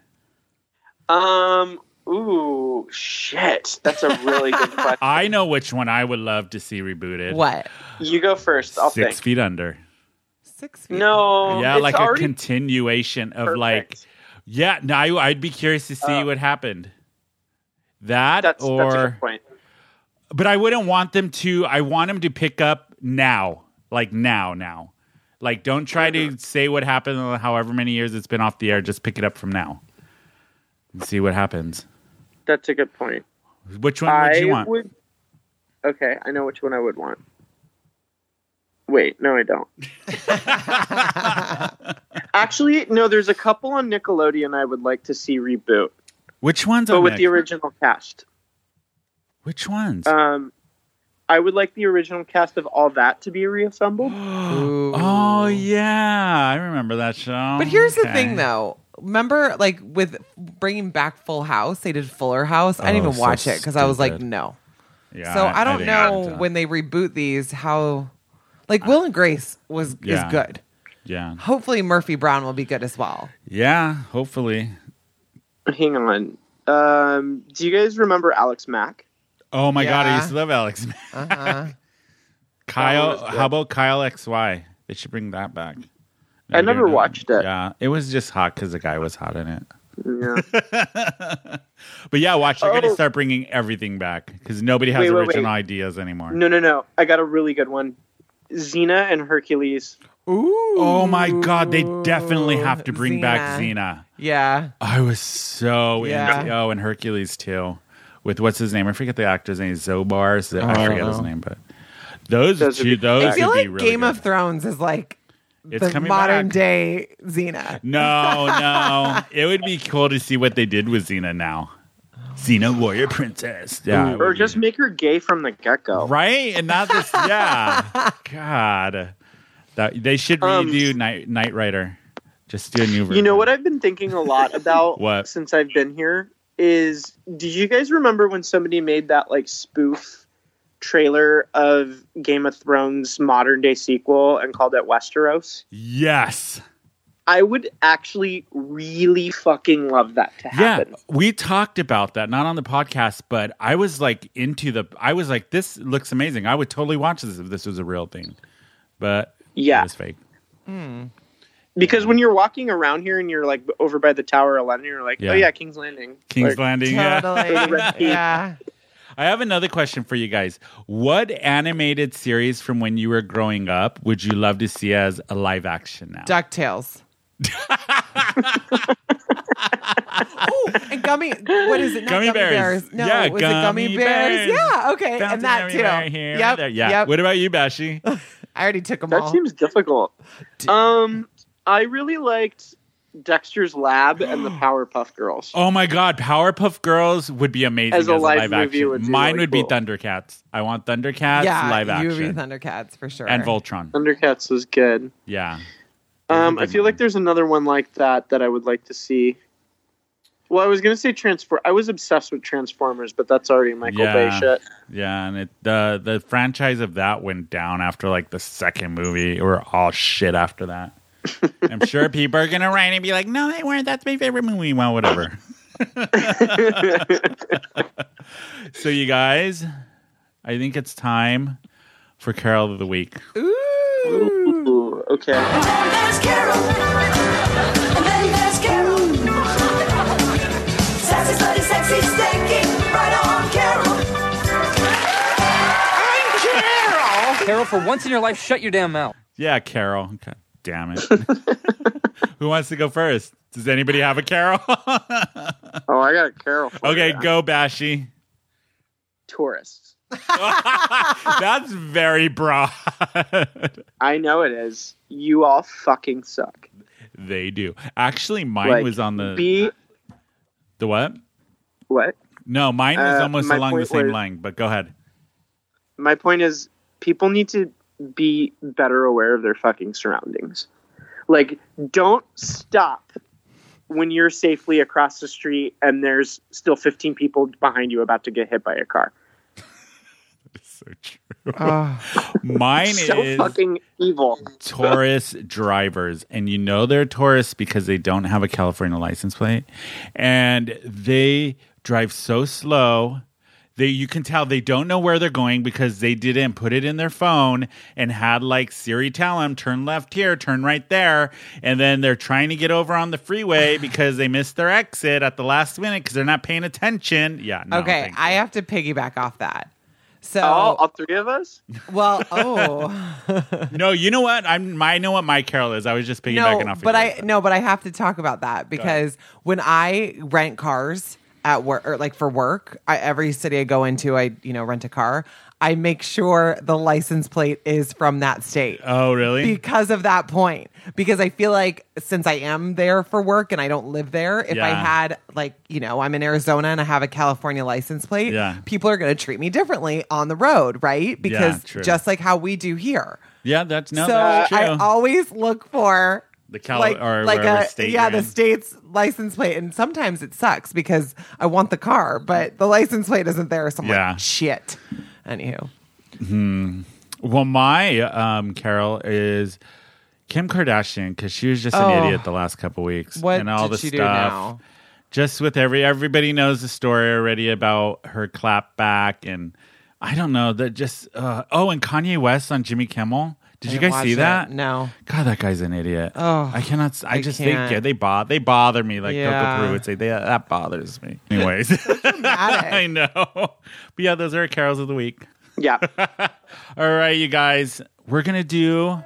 S3: oh.
S5: Um. Ooh, shit. That's a really good question.
S3: I know which one I would love to see rebooted.
S4: What?
S5: You go first. I'll
S3: Six
S5: think.
S3: Feet Under.
S4: Six feet.
S5: No.
S3: yeah,
S5: it's
S3: like a
S5: already
S3: continuation of
S5: perfect.
S3: like, yeah. No, I, I'd be curious to see
S5: Oh.
S3: what happened. That
S5: That's,
S3: or,
S5: that's a good point.
S3: but I wouldn't want them to. I want them to pick up now, like now, now. Like, don't try
S5: Mm-hmm.
S3: to say what happened. in However many years it's been off the air, just pick it up from now and see what happens.
S5: That's a good point.
S3: Which one would
S5: I
S3: you want?
S5: would. Okay, I know which one I would want. Wait, no, I don't. Actually, no. There's a couple on Nickelodeon I would like to see reboot,
S3: Which ones?
S5: but
S3: on
S5: with
S3: there?
S5: the original cast.
S3: Which ones?
S5: Um, I would like the original cast of all that to be reassembled.
S3: oh yeah, I remember that show.
S4: But here's the
S3: Okay.
S4: thing, though. Remember, like with bringing back Full House, they did Fuller House. I
S3: Oh,
S4: didn't even
S3: so
S4: watch it because I was like,
S3: stupid.
S4: no.
S3: Yeah,
S4: so I, don't
S3: think
S4: know
S3: done.
S4: when they reboot these how. Like Will and Grace was
S3: Yeah.
S4: is good.
S3: Yeah,
S4: Hopefully Murphy Brown will be good as well.
S3: yeah. Hopefully.
S5: Hang on. Um, do you guys remember Alex Mack?
S3: Oh my god, I
S4: Yeah.
S3: used to love Alex.
S4: Uh-huh.
S3: Kyle,
S5: That one was
S3: how about Kyle XY? They should bring that back.
S5: I never
S3: You're-
S5: watched it.
S3: Yeah, it was just hot because the guy was hot in it.
S5: Yeah.
S3: But yeah, watch. They're going to
S5: Oh.
S3: start bringing everything back because nobody has
S5: Wait, wait,
S3: original
S5: wait.
S3: ideas anymore.
S5: no, no, no. I got a really good one. Xena and Hercules.
S4: Ooh.
S3: Oh my god, they definitely have to bring back Xena.
S4: Yeah.
S3: I was so
S4: Yeah.
S3: into oh, and Hercules too. With wwhat's his name? I forget the actor's name. Zobar. Z- I
S4: don't
S3: forget his
S4: know.
S3: name, but those,
S5: Those would
S3: two,
S5: be-
S3: those
S4: I
S3: would
S4: feel
S3: be
S4: like
S3: really
S4: Game
S3: good.
S4: of Thrones is like
S3: It's
S4: the
S3: coming
S4: modern
S3: back.
S4: day Xena.
S3: No, no. it would be cool to see what they did with Xena now. Xena Warrior Princess. Yeah. it
S5: Or
S3: would
S5: just
S3: be-
S5: make her gay from the get go.
S3: Right? And not this yeah. God. That, they should
S5: Um,
S3: redo Night Night Rider. Just do a new version.
S5: You know what I've been thinking a lot about
S3: What?
S5: since I've been here is did you guys remember when somebody made that like spoof trailer of Game of Thrones modern day sequel and called it Westeros?
S3: Yes.
S5: I would actually really fucking love that to happen.
S3: Yeah, we talked about that, not on the podcast, but I was like into the. I was like, this looks amazing. I would totally watch this if this was a real thing, but
S5: Yeah.
S3: it was fake.
S5: Because when you're walking around here and you're like over by the Tower of London, you're like,
S3: Yeah.
S5: oh yeah, King's Landing.
S3: King's
S5: Like,
S3: Landing. Yeah.
S4: Totally. yeah.
S3: I have another question for you guys. What animated series from when you were growing up would you love to see as a live action now?
S4: DuckTales. oh, and gummy. What is it? Not
S3: Gummy
S4: gummy,
S3: bears.
S4: bears. No,
S3: Yeah,
S4: it was it gummy
S3: gummy
S4: bears?
S3: bears.
S4: Yeah. Okay,
S3: Bouncing
S4: and that too.
S3: everywhere, here and
S4: yep.
S3: there. Yeah.
S4: Yep.
S3: What about you, Bashi?
S4: I already took them
S5: That
S4: all.
S5: seems difficult. Um, I really liked Dexter's Lab and the Powerpuff Girls.
S3: oh my God, Powerpuff Girls would be amazing as a, live,
S5: movie
S3: action.
S5: would be
S3: Mine
S5: really
S3: would
S5: cool.
S3: be Thundercats. I want Thundercats
S4: yeah,
S3: live
S4: you would be
S3: action
S4: Thundercats for sure.
S3: and Voltron.
S5: Thundercats was good.
S3: Yeah.
S5: Um,
S3: Those are
S5: I
S3: good
S5: feel like
S3: ones.
S5: there's another one like that that I would like to see. Well, I was gonna say transform. I was obsessed with Transformers, but that's already Michael
S3: Yeah.
S5: Bay shit.
S3: Yeah, and it, the the franchise of that went down after like the second movie. We're all shit after that. I'm sure people are gonna write and be like, "No, they weren't. That's my favorite movie." Well, whatever. so, you guys, I think it's time for Carol of the Week.
S4: Ooh.
S5: Ooh, okay.
S6: then there's Carol. And then there's Carol. Sassy, slutty, sexy, stinky. Right on, Carol.
S4: I'm Carol.
S7: Carol for once in your life, shut your damn mouth.
S3: Yeah, Carol. God damn it. Who wants to go first? Does anybody have a Carol?
S5: Oh, I got a Carol. for
S3: okay,
S5: ya.
S3: go, Bashy.
S5: Tourists.
S3: That's very broad.
S5: I know it is. You all fucking suck.
S3: they do. Actually, mine
S5: Like,
S3: was on the
S5: Be
S3: the what?
S5: what?
S3: No, mine was
S5: Uh,
S3: almost
S5: my
S3: along the
S5: point
S3: same
S5: was-
S3: line. But go ahead.
S5: My point is, people need to be better aware of their fucking surroundings. Like, don't stop when you're safely across the street and there's still 15 people behind you about to get hit by a car.
S3: So true.
S5: Oh.
S3: mine
S5: so
S3: is
S5: fucking evil.
S3: Taurus drivers, and you know they're Taurus because they don't have a California license plate, and they drive so slow. They you can tell they don't know where they're going because they didn't put it in their phone and had like Siri tell them turn left here, turn right there, and then they're trying to get over on the freeway because they missed their exit at the last minute because they're not paying attention. Yeah. No,
S4: okay,
S3: thank
S4: I
S3: you.
S4: have to piggyback off that. So,
S5: All, all three of us?
S4: well, oh
S3: no. You know what? I'm. My, I know what my Carol is. I was just piggybacking
S4: no,
S3: off. of
S4: but
S3: yours.
S4: I no, but I have to talk about that because when I rent cars at work, or like for work, I, every city I go into, I you know rent a car. I make sure the license plate is from that state.
S3: Oh really?
S4: because of that point because i feel like since i am there for work and i don't live there if i
S3: Yeah.
S4: had like you know i'm in arizona and i have a california license plate
S3: Yeah.
S4: people are going to treat me differently on the road right because
S3: true.
S4: just like how we do here
S3: Yeah, that's no,
S4: so
S3: that's true.
S4: i always look for
S3: the Cal
S4: like,
S3: or
S4: like
S3: wherever
S4: a
S3: state
S4: yeah
S3: you're
S4: the
S3: in.
S4: state's license plate and sometimes it sucks because i want the car but the license plate isn't there so i'm
S3: Yeah.
S4: like shit anywho
S3: Well, my um, Carol is Kim Kardashian because she was just an
S4: Oh.
S3: idiot the last couple weeks
S4: What
S3: and all
S4: did
S3: the
S4: she do
S3: stuff.
S4: now?
S3: Just with every everybody knows the story already about her clap back and I don't know that just uh, oh and Kanye West on Jimmy Kimmel. Did you
S4: didn't
S3: guys see
S4: watch it.
S3: that?
S4: No.
S3: God, that guy's an idiot.
S4: Oh,
S3: I cannot. s- I,
S4: I
S3: just
S4: can't.
S3: they get they bother they bother me like
S4: Yeah.
S3: Coco Peru would say. They, that bothers me. Anyways,
S4: Dramatic.
S3: I know. But yeah, those are our carols of the week.
S5: Yeah.
S3: All right, you guys, we're gonna do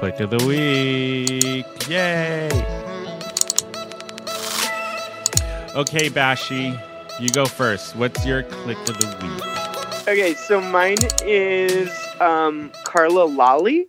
S3: click of the week. Yay! Okay, Bashi, you go first. What's your click of the week?
S5: Okay, so mine is um, Carla Lolly.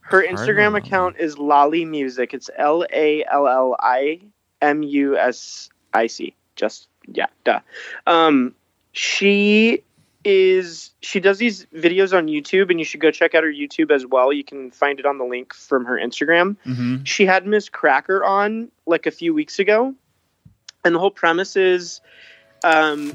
S5: Her Instagram
S3: Lolly.
S5: account is Lolly Music. It's L A L L I M U S I C. Just yeah, duh. Um, she is she does these videos on YouTube, and you should go check out her YouTube as well. You can find it on the link from her Instagram
S3: Mm-hmm.
S5: she had Miss Cracker on like a few weeks ago, and the whole premise is, um,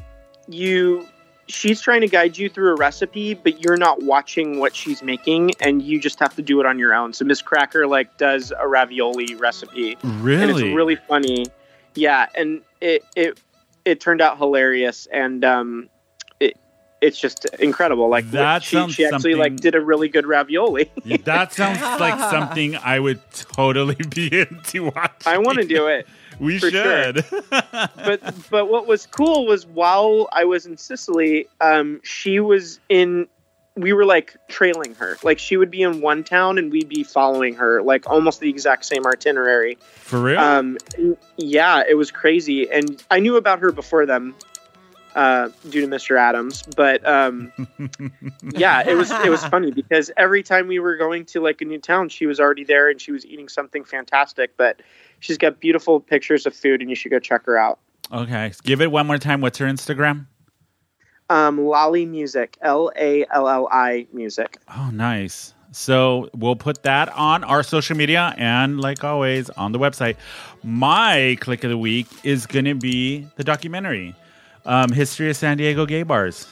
S5: you she's trying to guide you through a recipe, but you're not watching what she's making, and you just have to do it on your own. So Miss Cracker like does a ravioli recipe,
S3: Really?
S5: and it's really funny. Yeah, and it it it turned out hilarious, and um, it it's just incredible. Like
S3: That
S5: she,
S3: sounds
S5: she actually like
S3: something-
S5: did a really good ravioli.
S3: Yeah, that sounds like something I would totally be into watching.
S5: I want to do it.
S3: We
S5: for sure.
S3: should.
S5: but but what was cool was while I was in Sicily, um, she was in. We were like trailing her. Like she would be in one town and we'd be following her, like almost the exact same itinerary.
S3: For real?
S5: Um, yeah, it was crazy. And I knew about her before them, uh, due to Mr. Adams. But um, yeah, it was it was funny because every time we were going to like a new town, she was already there and she was eating something fantastic. But she's got beautiful pictures of food, and you should go check her out.
S3: okay, give it one more time. What's her Instagram?
S5: Um, Lolly Music, L A L L I Music.
S3: Oh, nice. So we'll put that on our social media and, like always, on the website. My click of the week is going to be the documentary, um, History of San Diego Gay Bars.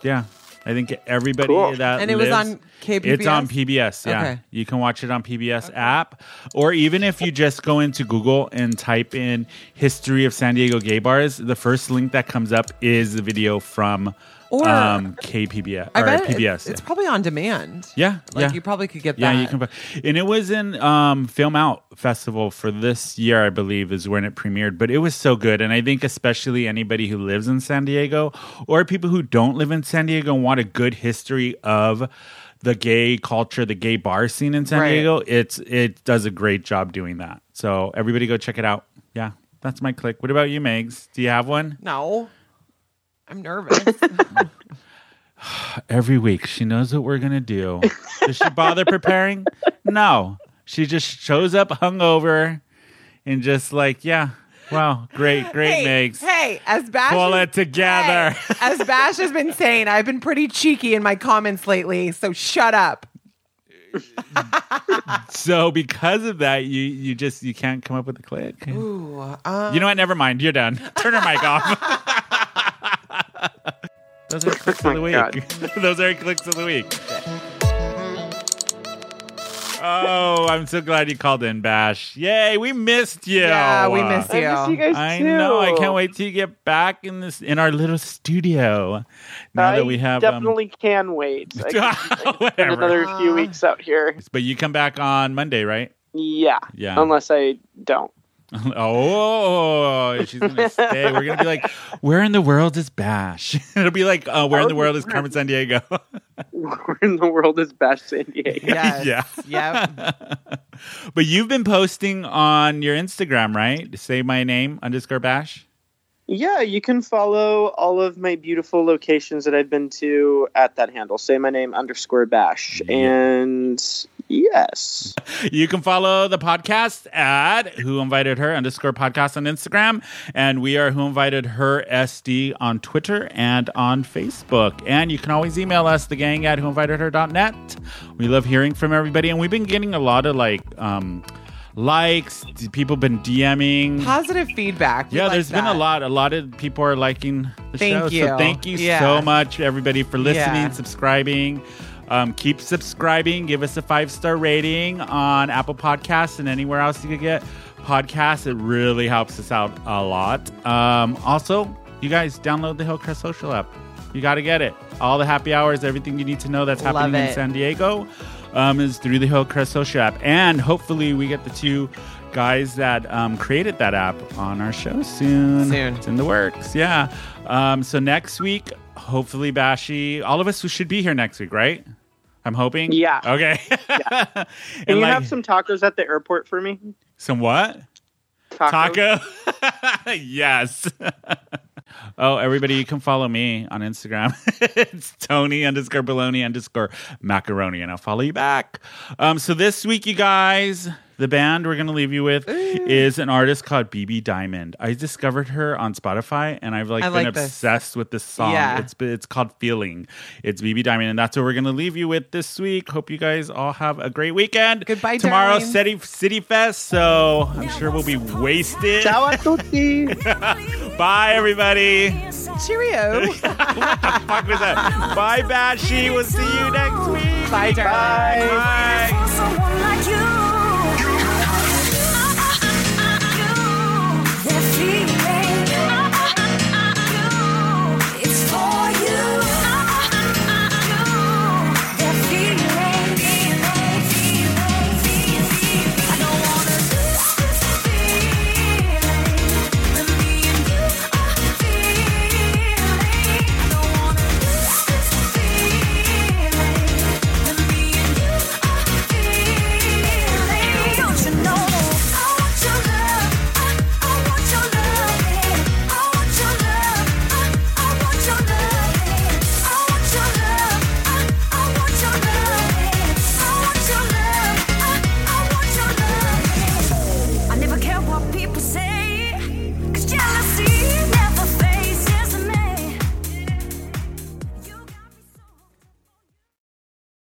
S3: Yeah, I think everybody
S5: Cool.
S3: that
S4: And it was
S3: lives-
S4: on KPBS?
S3: It's on PBS. Yeah,
S4: Okay.
S3: you can watch it on PBS app, or even if you just go into Google and type in "History of San Diego Gay Bars," the first link that comes up is the video from
S4: Or
S3: um, KPBS
S4: I
S3: or
S4: bet it-
S3: PBS.
S4: It's,
S3: yeah.
S4: probably on demand.
S3: yeah,
S4: Like
S3: yeah.
S4: you probably could get that.
S3: Yeah, you can. bu- And it was in um, Film Out Festival for this year, I believe, is when it premiered. But it was so good, and I think especially anybody who lives in San Diego or people who don't live in San Diego and want a good history of the gay culture, the gay bar scene in San
S4: Right.
S3: Diego. It's it does a great job doing that. So everybody go check it out. Yeah, that's my click. What about you, Megs? Do you have one?
S4: No. I'm nervous.
S3: every week. She knows what we're gonna do. Does she bother preparing? No. She just shows up hungover and just like, yeah, wow, great, great
S4: hey,
S3: Megs.
S4: hey, as Bash
S3: Pull
S4: is-
S3: it together.
S4: Hey, as Bash has been saying, I've been pretty cheeky in my comments lately, so shut up.
S3: so because of that, you you just you can't come up with a click.
S4: Ooh, um,
S3: you know what? Never mind. You're done. Turn her mic off. Those are clicks of the
S5: my
S3: week.
S5: God.
S3: Those are clicks of the week. Oh, I'm so glad you called in, Bash. Yay, we missed you.
S4: yeah, we miss you.
S5: I miss you guys
S3: I
S5: too.
S3: know. I can't wait till you get back in this in our little studio. Now
S5: I
S3: that we have um,
S5: definitely can wait. I can spend
S3: whatever.
S5: another few weeks out here.
S3: But you come back on Monday, right?
S5: Yeah.
S3: Yeah.
S5: Unless I don't.
S3: oh, she's gonna stay. We're gonna be like, where in the world is Bash? It'll be like, uh, where in
S5: would
S3: the
S5: be
S3: world is
S5: great.
S3: Carmen San Diego?
S5: Where in the world is Bash San Diego?
S4: Yes.
S3: Yeah.
S4: Yep.
S3: but you've been posting on your Instagram, right? Say my name underscore Bash.
S5: Yeah, you can follow all of my beautiful locations that I've been to at that handle. Say my name underscore bash. And yes.
S3: You can follow the podcast at Who Invited Her underscore podcast on Instagram. And we are Who Invited Her SD on Twitter and on Facebook. And you can always email us, the gang at whoinvitedher.net. We love hearing from everybody. And we've been getting a lot of like um, likes, d- people been DMing.
S4: Positive feedback. We
S3: yeah,
S4: like
S3: there's been
S4: that.
S3: a lot. A lot of people are liking the
S4: Thank
S3: show. So
S4: you.
S3: thank you
S4: Yeah.
S3: so much, everybody, for listening,
S4: Yeah.
S3: subscribing. Um, keep subscribing. Give us a five star rating on Apple Podcasts and anywhere else you could get podcasts. It really helps us out a lot. Um, also, you guys download the Hillcrest Social app. You got to get it. All the happy hours, everything you need to know that's
S4: Love
S3: happening in
S4: it.
S3: San Diego um, is through the Hillcrest Social app. And hopefully, we get the two guys that um, created that app on our show soon.
S4: Soon.
S3: It's in the works. Yeah. Um, so next week, hopefully, Bashi, all of us should be here next week, right? I'm hoping.
S5: Yeah.
S3: Okay. and
S5: Can you
S3: like-
S5: have some tacos at the airport for me?
S3: some what?
S5: Tacos?
S3: Taco. yes. oh, everybody, you can follow me on Instagram. it's Tony underscore baloney underscore macaroni, and I'll follow you back. Um, so this week, you guys, the band we're going to leave you with is an artist called BB Diamond. I discovered her on Spotify, and I've like
S4: I
S3: been
S4: like this.
S3: obsessed with this song.
S4: Yeah.
S3: It's it's called Feeling. It's BB Diamond, and that's what we're going to leave you with this week. Hope you guys all have a great weekend.
S4: Goodbye,
S3: Tomorrow,
S4: darlings.
S3: City City Fest, so I'm sure we'll be wasted.
S5: Ciao a tutti.
S3: Bye, everybody.
S4: Cheerio.
S3: Fuck was that? Bye, Bashi. We'll see you next week.
S4: Bye, darling.
S3: Bye.